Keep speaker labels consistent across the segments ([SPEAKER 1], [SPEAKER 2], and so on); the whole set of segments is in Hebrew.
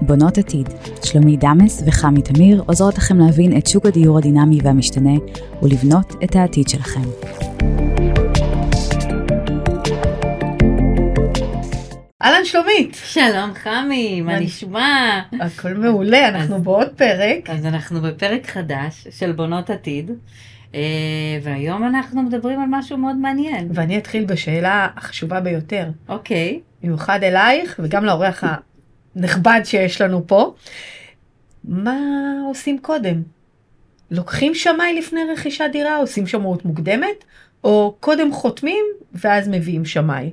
[SPEAKER 1] בונות עתיד, שלומי דמאס וחמי תמיר עוזרות לכם להבין את שוק הדיור הדינמי והמשתנה ולבנות את העתיד שלכם.
[SPEAKER 2] אהלן שלומית,
[SPEAKER 3] שלום חמי, מה
[SPEAKER 2] אני-
[SPEAKER 3] נשמע?
[SPEAKER 2] הכל מעולה, אנחנו בעוד פרק.
[SPEAKER 3] אז אנחנו בפרק חדש של בונות עתיד, אה, והיום אנחנו מדברים על משהו מאוד מעניין.
[SPEAKER 2] ואני אתחיל בשאלה החשובה ביותר,
[SPEAKER 3] אוקיי,
[SPEAKER 2] במיוחד אלייך וגם לאורח הנכבד שיש לנו פה. מה עושים קודם? לוקחים שמאי לפני רכישת דירה, עושים שמאות מוקדמת, או קודם חותמים ואז מביאים שמאי?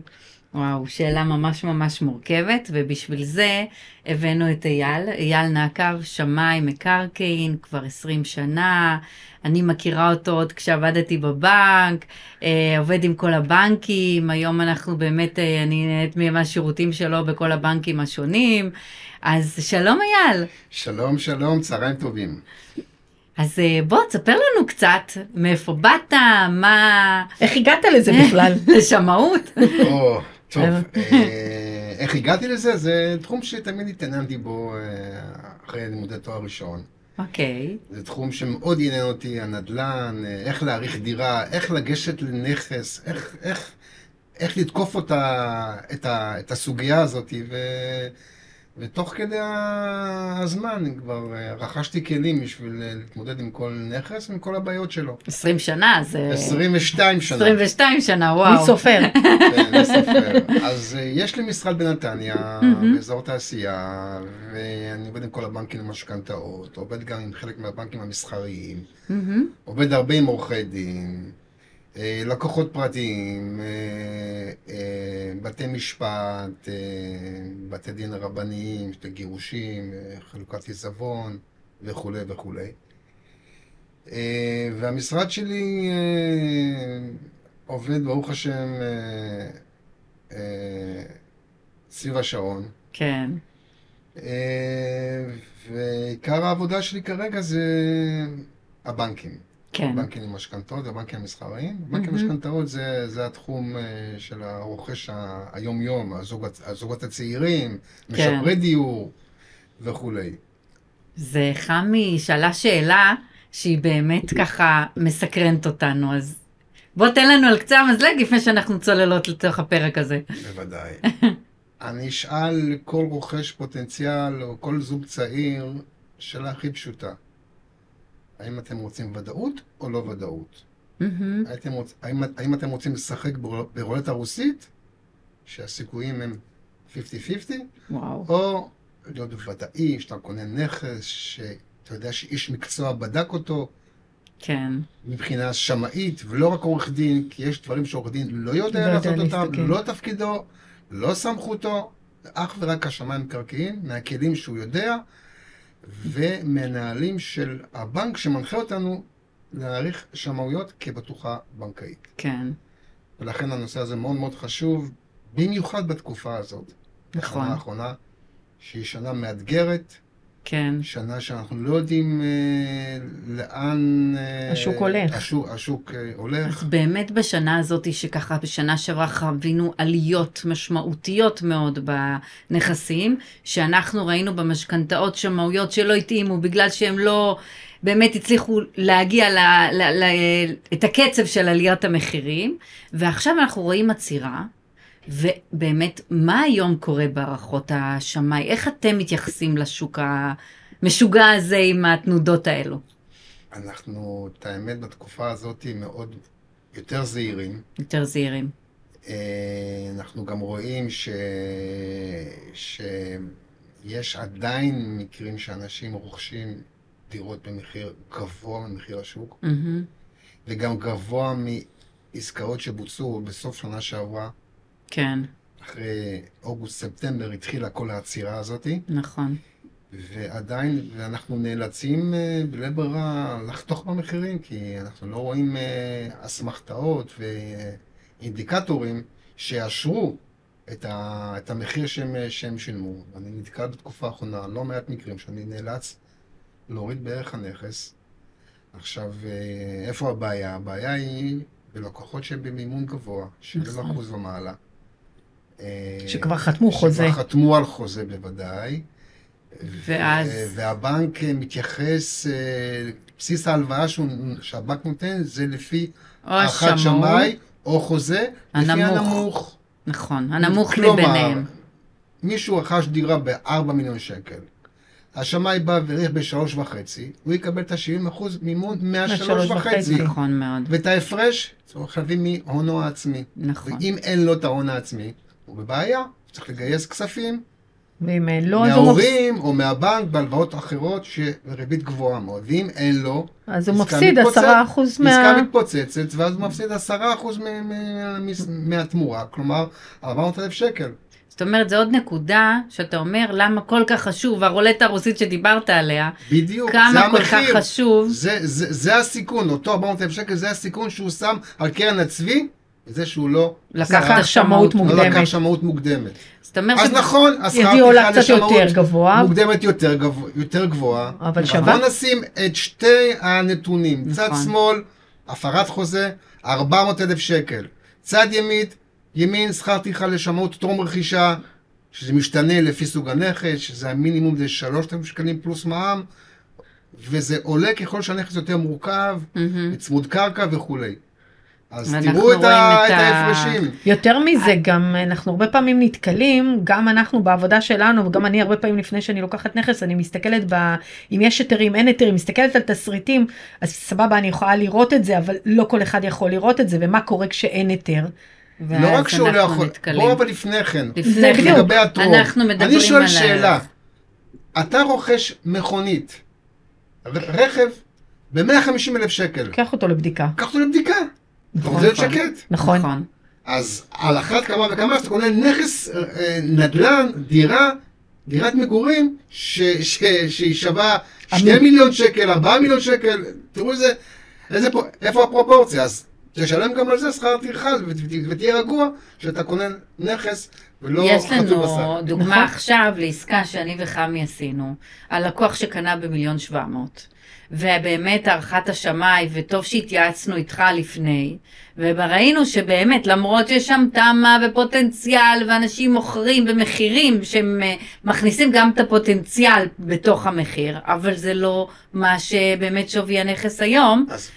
[SPEAKER 3] וואו, שאלה ממש ממש מורכבת, ובשביל זה הבאנו את אייל, אייל נעקב, שמאי מקרקעין, כבר 20 שנה, אני מכירה אותו עוד כשעבדתי בבנק, אה, עובד עם כל הבנקים, היום אנחנו באמת, אה, אני נהנית מהשירותים שלו בכל הבנקים השונים, אז שלום אייל.
[SPEAKER 4] שלום, שלום, צהריים טובים.
[SPEAKER 3] אז אה, בוא, תספר לנו קצת מאיפה באת, מה...
[SPEAKER 2] איך הגעת לזה בכלל?
[SPEAKER 3] לשמאות.
[SPEAKER 4] או, טוב, אה, איך הגעתי לזה? זה תחום שתמיד התעניינתי בו אה, אחרי לימודי תואר ראשון.
[SPEAKER 3] אוקיי,
[SPEAKER 4] זה תחום שמאוד עניין אותי, הנדל"ן, אה, איך להעריך דירה, איך לגשת לנכס, איך, איך, איך לתקוף אותה, את, ה, את הסוגיה הזאת, ו, ותוך כדי הזמן כבר אה, רכשתי כלים בשביל אה, להתמודד עם כל נכס, עם כל הבעיות שלו.
[SPEAKER 3] 20 שנה, זה...
[SPEAKER 4] 22 שנה.
[SPEAKER 3] 22 שנה,
[SPEAKER 2] מי
[SPEAKER 3] וואו.
[SPEAKER 2] סופר?
[SPEAKER 4] כן, אני סופר. אז אה, יש לי משרד בנתניה,
[SPEAKER 3] מהמם.
[SPEAKER 4] באזור תעשייה, ואני עובד עם כל הבנקים למשכנתאות, עובד גם עם חלק מהבנקים המסחריים,
[SPEAKER 3] מהמם.
[SPEAKER 4] עובד הרבה עם עורכי דין, אה, לקוחות פרטיים, אה, אה, בתי משפט, אה, בתי דין רבניים, שתי גירושים, אה, חלוקת עיזבון וכולי וכולי. אה, והמשרד שלי אה, עובד, ברוך השם, אה, אה, סביב השעון.
[SPEAKER 3] כן.
[SPEAKER 4] אה, ועיקר העבודה שלי כרגע זה הבנקים.
[SPEAKER 3] כן, Mm-hmm.
[SPEAKER 4] הבנקים למשכנתאות והבנקים המסחריים. בנקים
[SPEAKER 3] מהמם.
[SPEAKER 4] למשכנתאות זה, זה התחום אה, של הרוכש ה- היומיום, הזוג, הצ- הזוגות הצעירים,
[SPEAKER 3] כן.
[SPEAKER 4] משפרי דיור וכולי.
[SPEAKER 3] זה חמי שאלה שאלה שהיא באמת ככה מסקרנת אותנו, אז בוא תן לנו על קצה המזלג לפני שאנחנו צוללות לתוך הפרק הזה.
[SPEAKER 4] בוודאי. אני אשאל כל רוכש פוטנציאל או כל זוג צעיר, שאלה הכי פשוטה. האם אתם רוצים ודאות או לא ודאות?
[SPEAKER 3] מהמם.
[SPEAKER 4] הייתם רוצ... האם... האם אתם רוצים לשחק ברול- ברולטה רוסית, שהסיכויים הם 50-50,
[SPEAKER 3] וואו.
[SPEAKER 4] או להיות ודאי, שאתה קונה נכס, שאתה יודע שאיש מקצוע בדק אותו
[SPEAKER 3] כן.
[SPEAKER 4] מבחינה שמאית, ולא רק עורך דין, כי יש דברים שעורך דין לא
[SPEAKER 2] לא יודע
[SPEAKER 4] יודע לעשות אותם,
[SPEAKER 2] להסתכל.
[SPEAKER 4] לא תפקידו, לא סמכותו, אך ורק השמאי המקרקעין, מהכלים שהוא יודע, ומנהלים של הבנק שמנחה אותנו להעריך שמאויות כבטוחה בנקאית.
[SPEAKER 3] כן.
[SPEAKER 4] ולכן הנושא הזה מאוד מאוד חשוב, במיוחד בתקופה הזאת.
[SPEAKER 3] נכון.
[SPEAKER 4] בשנה האחרונה, שהיא שנה מאתגרת,
[SPEAKER 3] כן.
[SPEAKER 4] שנה שאנחנו לא יודעים אה, לאן... אה,
[SPEAKER 2] השוק הולך.
[SPEAKER 4] השוק, השוק אה,
[SPEAKER 3] אז
[SPEAKER 4] הולך.
[SPEAKER 3] באמת בשנה הזאת, שככה בשנה שעברה חווינו עליות משמעותיות מאוד בנכסים, שאנחנו ראינו במשכנתאות שמאויות שלא התאימו בגלל שהם לא באמת הצליחו להגיע ל, ל, ל, את הקצב של עליית המחירים, ועכשיו אנחנו רואים עצירה. ובאמת, מה היום קורה בהערכות השמאי? איך אתם מתייחסים לשוק המשוגע הזה עם התנודות האלו?
[SPEAKER 4] אנחנו, את האמת, בתקופה הזאת מאוד יותר זהירים.
[SPEAKER 3] יותר זהירים.
[SPEAKER 4] אה, אנחנו גם רואים ש... שיש עדיין מקרים שאנשים רוכשים דירות במחיר גבוה ממחיר השוק.
[SPEAKER 3] מהמם.
[SPEAKER 4] וגם גבוה מעסקאות שבוצעו בסוף שנה שעברה,
[SPEAKER 3] כן,
[SPEAKER 4] אחרי אוגוסט-ספטמבר התחילה כל העצירה הזאת,
[SPEAKER 3] נכון.
[SPEAKER 4] ועדיין, ואנחנו נאלצים אה, בלית ברירה לחתוך במחירים, כי אנחנו לא רואים אה, אסמכתאות ואינדיקטורים שיאשרו את, ה, את המחיר שהם, אה, שהם שילמו. אני נתקל בתקופה האחרונה לא מעט מקרים שאני נאלץ להוריד בערך הנכס. עכשיו, אה, איפה הבעיה? הבעיה היא בלקוחות שהם במימון גבוה, 70% ומעלה. אה,
[SPEAKER 2] שכבר חתמו חוזה.
[SPEAKER 4] שכבר חתמו על חוזה בוודאי,
[SPEAKER 3] ואז-
[SPEAKER 4] אה, והבנק אה, מתייחס, אה, בסיס ההלוואה שהוא- שהבנק נותן זה לפי
[SPEAKER 3] או
[SPEAKER 4] הערכת
[SPEAKER 3] השמאי,
[SPEAKER 4] שמאי או חוזה, לפי
[SPEAKER 3] הנמוך.
[SPEAKER 4] הנמוך.
[SPEAKER 3] נכון, הנמוך
[SPEAKER 4] כלומר,
[SPEAKER 3] מביניהם.
[SPEAKER 4] מישהו רכש דירה ב-4 מיליון שקל, השמאי בא והעריך ב-3.5, הוא יקבל את ה-70% מימון מה-3.5,
[SPEAKER 2] מה-3.5.
[SPEAKER 3] נכון מאוד,
[SPEAKER 4] ואת ההפרש צריך להביא מהונו העצמי.
[SPEAKER 3] נכון.
[SPEAKER 4] ואם אין לו את ההון העצמי, הוא בבעיה, הוא צריך לגייס כספים
[SPEAKER 2] ואם אין לו, אז הוא מפסיד.
[SPEAKER 4] מההורים או מהבנק בהלוואות אחרות שריבית גבוהה מאוד, ואם אין לו,
[SPEAKER 2] אז הוא
[SPEAKER 4] עסקה
[SPEAKER 2] מפסיד
[SPEAKER 4] מתפוצצת,
[SPEAKER 2] 10%
[SPEAKER 4] עסקה
[SPEAKER 2] מה...
[SPEAKER 4] מתפוצצת, ואז הוא מפסיד 10% מה- מה- מה- מהתמורה, כלומר 400,000 שקל.
[SPEAKER 3] זאת אומרת, זו עוד נקודה שאתה אומר, למה כל כך חשוב, הרולטה הרוסית שדיברת עליה,
[SPEAKER 4] בדיוק, זה
[SPEAKER 3] כמה כל כך
[SPEAKER 4] המחיר.
[SPEAKER 3] חשוב,
[SPEAKER 4] זה, זה, זה הסיכון, אותו 400,000 שקל, זה הסיכון שהוא שם על קרן הצבי, זה שהוא לא
[SPEAKER 3] לקח
[SPEAKER 4] עשה-
[SPEAKER 3] את השמאות
[SPEAKER 4] לא
[SPEAKER 2] מוקדמת.
[SPEAKER 4] לקח שמאות מוקדמת.
[SPEAKER 3] זאת אומרת,
[SPEAKER 4] אז
[SPEAKER 3] ש-
[SPEAKER 4] נכון, השכר
[SPEAKER 2] יביאו לה
[SPEAKER 4] טרחה
[SPEAKER 2] קצת
[SPEAKER 4] לשמאות
[SPEAKER 2] יותר גבוה.
[SPEAKER 4] מוקדמת יותר, גב, יותר גבוהה.
[SPEAKER 2] אבל
[SPEAKER 4] אז
[SPEAKER 2] שווה.
[SPEAKER 4] בוא נשים את שתי הנתונים, צד
[SPEAKER 3] נכון.
[SPEAKER 4] שמאל, הפרת חוזה, 400,000 שקל. צד ימין, ימין שכר טרחה לשמאות טרום רכישה, שזה משתנה לפי סוג הנכס, שזה המינימום זה 3,000 שקלים פלוס מע"מ, וזה עולה ככל שהנכס יותר מורכב,
[SPEAKER 3] מהמם.
[SPEAKER 4] צמוד קרקע וכולי. אז
[SPEAKER 3] אנחנו
[SPEAKER 4] תראו את,
[SPEAKER 3] רואים
[SPEAKER 4] ה...
[SPEAKER 3] את
[SPEAKER 4] את
[SPEAKER 3] ה-
[SPEAKER 4] ההפרשים.
[SPEAKER 2] יותר מזה, גם אנחנו הרבה פעמים נתקלים, גם אנחנו בעבודה שלנו, וגם אני הרבה פעמים לפני שאני לוקחת נכס, אני מסתכלת ב... אם יש היתרים, אין היתרים, מסתכלת על תסריטים, אז סבבה, אני יכולה לראות את זה, אבל לא כל אחד יכול לראות את זה, ומה קורה כשאין היתר?
[SPEAKER 3] ואז
[SPEAKER 4] לא רק שהוא לא
[SPEAKER 3] אנחנו
[SPEAKER 4] יכול,
[SPEAKER 3] נתקלים.
[SPEAKER 4] בואו אבל לפני כן,
[SPEAKER 3] לפני
[SPEAKER 2] בדיוק.
[SPEAKER 3] כן,
[SPEAKER 4] לגבי הטרום.
[SPEAKER 3] אנחנו מדברים
[SPEAKER 4] אני שואל
[SPEAKER 3] עליו.
[SPEAKER 4] שאלה. אתה רוכש מכונית, ר- רכב, ב-150 אלף שקל.
[SPEAKER 2] לוקח אותו לבדיקה.
[SPEAKER 4] קח אותו לבדיקה. אתה רוצה להיות שקט.
[SPEAKER 2] נכון.
[SPEAKER 3] כן. נכון,
[SPEAKER 4] אז על אחת כמה וכמה שאתה קונה נכס, אה, אה, נדל"ן, דירה, דירת מגורים, ש- ש- שהיא שווה 2
[SPEAKER 2] אמין.
[SPEAKER 4] מיליון שקל, 4 מיליון שקל, תראו איזה, איזה פה- איפה הפרופורציה? אז תשלם גם על זה שכר טרחה ות- ות- ותהיה רגוע שאתה קונה נכס ולא
[SPEAKER 3] יש
[SPEAKER 4] חתול
[SPEAKER 3] לנו
[SPEAKER 4] בשק.
[SPEAKER 3] דוגמה
[SPEAKER 2] נכון.
[SPEAKER 3] עכשיו לעסקה שאני וחמי עשינו, על לקוח שקנה במיליון שבע מאות. ובאמת הערכת השמאי, וטוב שהתייעצנו איתך לפני, וראינו שבאמת, למרות שיש שם תמה ופוטנציאל, ואנשים מוכרים במחירים שהם אה, מכניסים גם את הפוטנציאל בתוך המחיר, אבל זה לא מה שבאמת שווי הנכס היום,
[SPEAKER 4] אז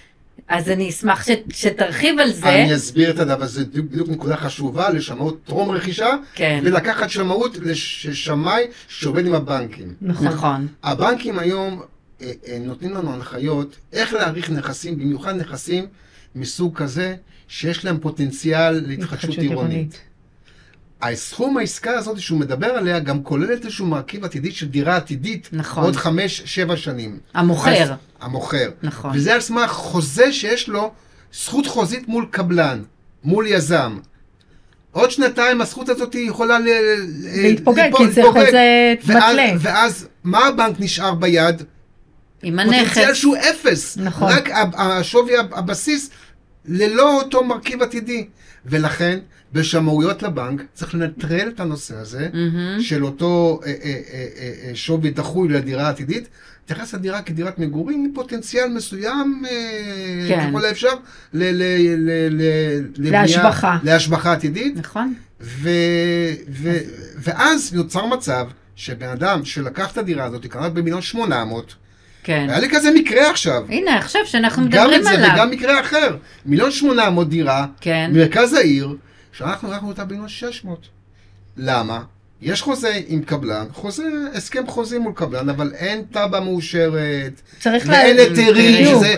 [SPEAKER 3] אז אני אשמח ש- שתרחיב על זה.
[SPEAKER 4] אני אסביר את הדבר, זו בדיוק בדיוק נקודה חשובה לשמאות טרום רכישה,
[SPEAKER 3] כן,
[SPEAKER 4] ולקחת שמאות לשמאי שעובד עם הבנקים.
[SPEAKER 2] נכון.
[SPEAKER 3] נכון.
[SPEAKER 4] הבנקים היום אה, אה, נותנים לנו הנחיות איך להעריך נכסים, במיוחד נכסים מסוג כזה שיש להם פוטנציאל להתחדשות עירונית. הסכום העסקה הזאת שהוא מדבר עליה גם כוללת איזשהו מרכיב עתידי של דירה עתידית,
[SPEAKER 3] נכון.
[SPEAKER 4] עוד חמש, שבע שנים.
[SPEAKER 3] המוכר,
[SPEAKER 4] המוכר.
[SPEAKER 3] נכון.
[SPEAKER 4] וזה על סמך חוזה שיש לו זכות חוזית מול קבלן, מול יזם. עוד שנתיים הזכות הזאת היא יכולה ל... ל-
[SPEAKER 2] להתפוגג,
[SPEAKER 4] ליפול-
[SPEAKER 2] כי זה
[SPEAKER 4] להתפוגג.
[SPEAKER 2] חוזה
[SPEAKER 4] ואז-
[SPEAKER 2] מתלה.
[SPEAKER 4] ואז מה הבנק נשאר ביד?
[SPEAKER 3] עם
[SPEAKER 4] פוטנציאל
[SPEAKER 3] הנכס.
[SPEAKER 4] שהוא אפס.
[SPEAKER 2] נכון.
[SPEAKER 4] רק ה- השווי הב- הבסיס ללא אותו מרכיב עתידי. ולכן, בשמאויות לבנק צריך לנטרל את הנושא הזה.
[SPEAKER 3] מהמם.
[SPEAKER 4] של אותו אה, אה, אה, אה, אה, שווי דחוי לדירה העתידית, תתייחס לדירה כדירת מגורים עם פוטנציאל מסוים, אה,
[SPEAKER 3] כן.
[SPEAKER 4] ככל האפשר, ל- ל- ל- ל- לבנייה-
[SPEAKER 2] להשבחה.
[SPEAKER 4] להשבחה עתידית,
[SPEAKER 3] נכון.
[SPEAKER 4] ו- ו- ואז נוצר מצב שבן אדם שלקח את הדירה הזאת, קנה במיליון שמונה מאות,
[SPEAKER 3] כן.
[SPEAKER 4] היה לי כזה מקרה עכשיו,
[SPEAKER 3] הנה, עכשיו שאנחנו
[SPEAKER 4] גם
[SPEAKER 3] מדברים
[SPEAKER 4] את זה
[SPEAKER 3] עליו.
[SPEAKER 4] וגם מקרה אחר, מיליון שמונה מאות דירה,
[SPEAKER 3] כן.
[SPEAKER 4] מרכז העיר, שאנחנו לקחנו אותה בינוס 600. למה? יש חוזה עם קבלן, חוזה, הסכם חוזה מול קבלן, אבל אין תב"ע מאושרת,
[SPEAKER 2] צריך
[SPEAKER 4] ואין
[SPEAKER 2] לה-
[SPEAKER 4] היתרים,
[SPEAKER 2] בדיוק.
[SPEAKER 4] שזה,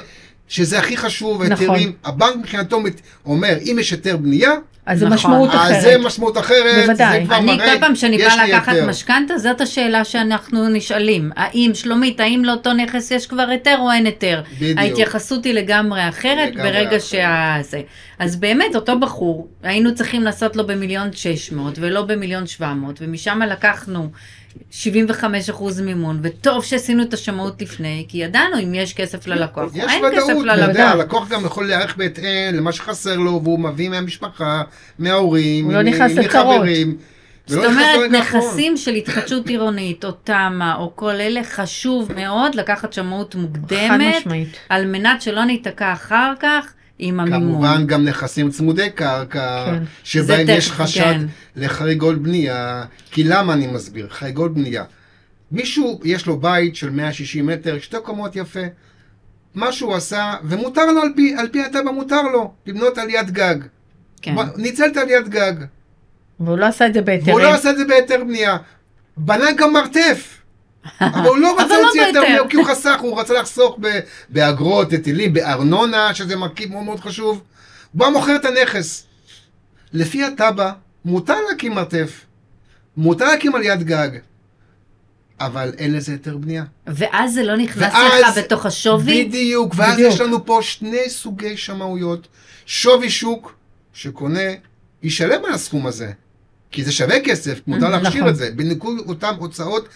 [SPEAKER 4] שזה הכי חשוב,
[SPEAKER 2] נכון.
[SPEAKER 4] היתרים. הבנק מבחינתו מת- אומר, אם יש היתר בנייה,
[SPEAKER 2] אז זה
[SPEAKER 3] נכון.
[SPEAKER 2] משמעות
[SPEAKER 4] אז זה
[SPEAKER 2] אחרת.
[SPEAKER 4] משמעות אחרת,
[SPEAKER 2] בוודאי.
[SPEAKER 4] זה כבר
[SPEAKER 3] אני
[SPEAKER 4] מראה,
[SPEAKER 3] כל פעם שאני
[SPEAKER 4] יש
[SPEAKER 3] באה
[SPEAKER 4] לי
[SPEAKER 3] לקחת
[SPEAKER 4] היתר.
[SPEAKER 3] משכנתה, זאת השאלה שאנחנו נשאלים. האם, שלומית, האם לאותו נכס יש כבר היתר או אין היתר?
[SPEAKER 4] בדיוק.
[SPEAKER 3] ההתייחסות היא לגמרי אחרת
[SPEAKER 4] לגמרי
[SPEAKER 3] ברגע
[SPEAKER 4] אחרת.
[SPEAKER 3] שה... זה. אז באמת, אותו בחור, היינו צריכים לעשות לו במיליון 600 ולא במיליון 700, ומשם לקחנו 75% מימון, וטוב שעשינו את השמאות לפני, כי ידענו אם יש כסף ללקוח או
[SPEAKER 4] יש
[SPEAKER 3] אין כסף לא
[SPEAKER 4] ודאות, אתה יודע,
[SPEAKER 3] ללקוח.
[SPEAKER 4] הלקוח גם יכול להיערך בהתאם למה שחסר לו, והוא מביא מהמשפחה, מההורים,
[SPEAKER 2] הוא לא
[SPEAKER 4] מ-
[SPEAKER 2] נכנס לצרות.
[SPEAKER 4] מחברים. ולא
[SPEAKER 3] זאת
[SPEAKER 4] נכנס
[SPEAKER 3] אומרת,
[SPEAKER 4] לרגע האחרון.
[SPEAKER 3] נכסים של התחדשות עירונית, או תמ"א, או כל אלה, חשוב מאוד לקחת שמאות
[SPEAKER 2] חד
[SPEAKER 3] מוקדמת,
[SPEAKER 2] משמעית.
[SPEAKER 3] על מנת שלא ניתקע אחר כך עם המימון.
[SPEAKER 4] כמובן גם נכסים צמודי קרקע,
[SPEAKER 2] כן.
[SPEAKER 4] שבהם
[SPEAKER 3] זה
[SPEAKER 4] יש
[SPEAKER 3] תכף,
[SPEAKER 4] חשד
[SPEAKER 3] כן.
[SPEAKER 4] לחריגות בנייה. כי למה אני מסביר? חריגות בנייה. מישהו, יש לו בית של 160 מטר, שתי קומות יפה, מה שהוא עשה, ומותר לו על פי, על פי התב"ע מותר לו לבנות עליית גג.
[SPEAKER 3] כן.
[SPEAKER 4] הוא ניצל את עליית גג,
[SPEAKER 2] והוא לא עשה את זה בהיתרים.
[SPEAKER 4] והוא לא עשה את זה בהיתר בנייה. בנה גם מרתף, אבל הוא לא
[SPEAKER 3] אבל
[SPEAKER 4] רצה
[SPEAKER 3] לא
[SPEAKER 4] להוציא היתר
[SPEAKER 3] בהיתר.
[SPEAKER 4] בנייה כי הוא חסך, הוא רצה לחסוך ב- באגרות, היטלים, בארנונה, שזה מרכיב מאוד מאוד חשוב. הוא בא מוכר את הנכס. לפי התב"ע, מותר להקים מרתף, מותר להקים עליית גג, אבל אין לזה היתר בנייה.
[SPEAKER 3] ואז זה לא נכנס לך
[SPEAKER 4] ואז-
[SPEAKER 3] בתוך השווי?
[SPEAKER 4] בדיוק, ואז
[SPEAKER 2] בדיוק.
[SPEAKER 4] יש לנו פה שני סוגי שמאויות. שווי שוק, שקונה, ישלם על הסכום הזה, כי זה שווה כסף, מותר להכשיר
[SPEAKER 2] נכון.
[SPEAKER 4] את זה, בניכוי אותן הוצאות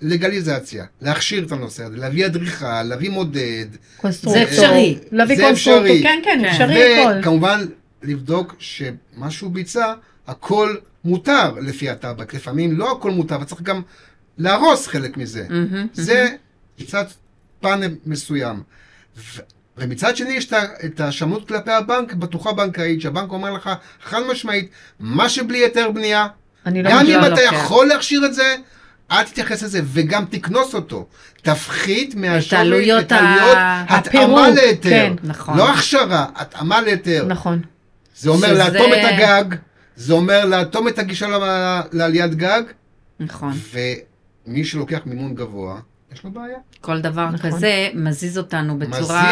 [SPEAKER 4] לגליזציה, להכשיר את הנושא הזה, להביא אדריכל, להביא מודד,
[SPEAKER 2] קונסטרוקטור.
[SPEAKER 3] זה אפשרי.
[SPEAKER 2] להביא
[SPEAKER 4] זה
[SPEAKER 2] קונסטרוקטור.
[SPEAKER 4] אפשרי.
[SPEAKER 2] כן, כן,
[SPEAKER 3] כן.
[SPEAKER 2] אפשרי הכל.
[SPEAKER 4] וכמובן לבדוק שמה שהוא ביצע, הכל מותר לפי הטבק. לפעמים לא הכל מותר, אבל צריך גם להרוס חלק מזה.
[SPEAKER 3] מהמם,
[SPEAKER 4] זה מצד פן מסוים. ו- ומצד שני יש את ה- את השמנות כלפי הבנק, בטוחה בנקאית, שהבנק אומר לך חד משמעית, מה שבלי היתר בנייה,
[SPEAKER 2] אני לא
[SPEAKER 4] גם
[SPEAKER 2] מגיעה
[SPEAKER 4] אם אתה
[SPEAKER 2] לוקח.
[SPEAKER 4] יכול להכשיר את זה, אל תתייחס לזה, וגם תקנוס אותו. תפחית מהשווי
[SPEAKER 3] עלויות
[SPEAKER 4] את עלויות
[SPEAKER 3] ה-
[SPEAKER 4] התאמה
[SPEAKER 2] הפירוק,
[SPEAKER 4] להיתר.
[SPEAKER 2] כן,
[SPEAKER 3] נכון.
[SPEAKER 4] לא הכשרה, התאמה להיתר.
[SPEAKER 2] נכון.
[SPEAKER 4] זה אומר
[SPEAKER 3] שזה-
[SPEAKER 4] לאטום את הגג, זה אומר לאטום את הגישה ל- לעליית גג,
[SPEAKER 3] נכון.
[SPEAKER 4] ומי שלוקח מימון גבוה, יש לו בעיה.
[SPEAKER 3] כל דבר
[SPEAKER 2] נכון.
[SPEAKER 3] כזה מזיז אותנו בצורה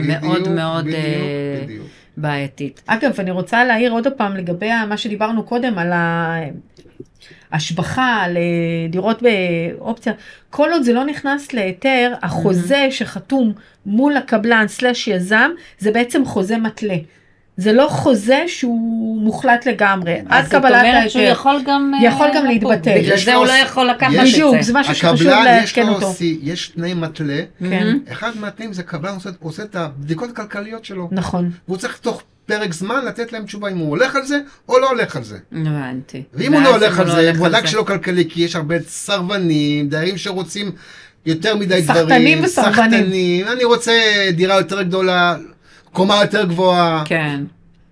[SPEAKER 4] מזיז,
[SPEAKER 3] מאוד
[SPEAKER 4] בדיוק,
[SPEAKER 3] מאוד
[SPEAKER 4] בדיוק,
[SPEAKER 3] אה,
[SPEAKER 4] בדיוק.
[SPEAKER 3] בעייתית.
[SPEAKER 2] אגב, אני רוצה להעיר עוד פעם לגבי מה שדיברנו קודם על ההשבחה לדירות באופציה. כל עוד זה לא נכנס להיתר, החוזה
[SPEAKER 3] Mm-hmm.
[SPEAKER 2] שחתום מול הקבלן סלש יזם, זה בעצם חוזה מתלה. זה לא חוזה שהוא מוחלט לגמרי, עד
[SPEAKER 3] אז זאת
[SPEAKER 2] קבלת
[SPEAKER 3] אומרת שהוא
[SPEAKER 2] ההיתר.
[SPEAKER 3] יכול גם... אה,
[SPEAKER 2] יכול גם
[SPEAKER 3] לקום.
[SPEAKER 2] להתבטל.
[SPEAKER 3] בגלל
[SPEAKER 4] יש
[SPEAKER 3] זה
[SPEAKER 4] לו-
[SPEAKER 3] הוא לא יכול לקחת את
[SPEAKER 4] יש-
[SPEAKER 3] זה.
[SPEAKER 2] בדיוק, זה משהו שחשוב
[SPEAKER 4] הקבלן יש
[SPEAKER 2] לעדכן
[SPEAKER 4] לו,
[SPEAKER 2] אותו.
[SPEAKER 4] סי- יש תנאי מתלה,
[SPEAKER 2] כן.
[SPEAKER 3] מהמם.
[SPEAKER 4] אחד מהתנאים זה קבלן עושה- עושה את הבדיקות הכלכליות שלו,
[SPEAKER 2] נכון.
[SPEAKER 4] והוא צריך תוך פרק זמן לתת להם תשובה אם הוא הולך על זה או לא הולך על זה.
[SPEAKER 3] הבנתי.
[SPEAKER 4] ואם הוא לא
[SPEAKER 3] ואז
[SPEAKER 4] הולך
[SPEAKER 3] אם
[SPEAKER 4] על זה, הוא
[SPEAKER 3] על
[SPEAKER 4] בדק שלא כלכלי, כי יש הרבה סרבנים, דיירים שרוצים יותר מדי דברים.
[SPEAKER 2] סחטנים וסרבנים.
[SPEAKER 4] סחטנים, אני רוצה דירה יותר גדולה, קומה יותר גבוהה,
[SPEAKER 3] כן.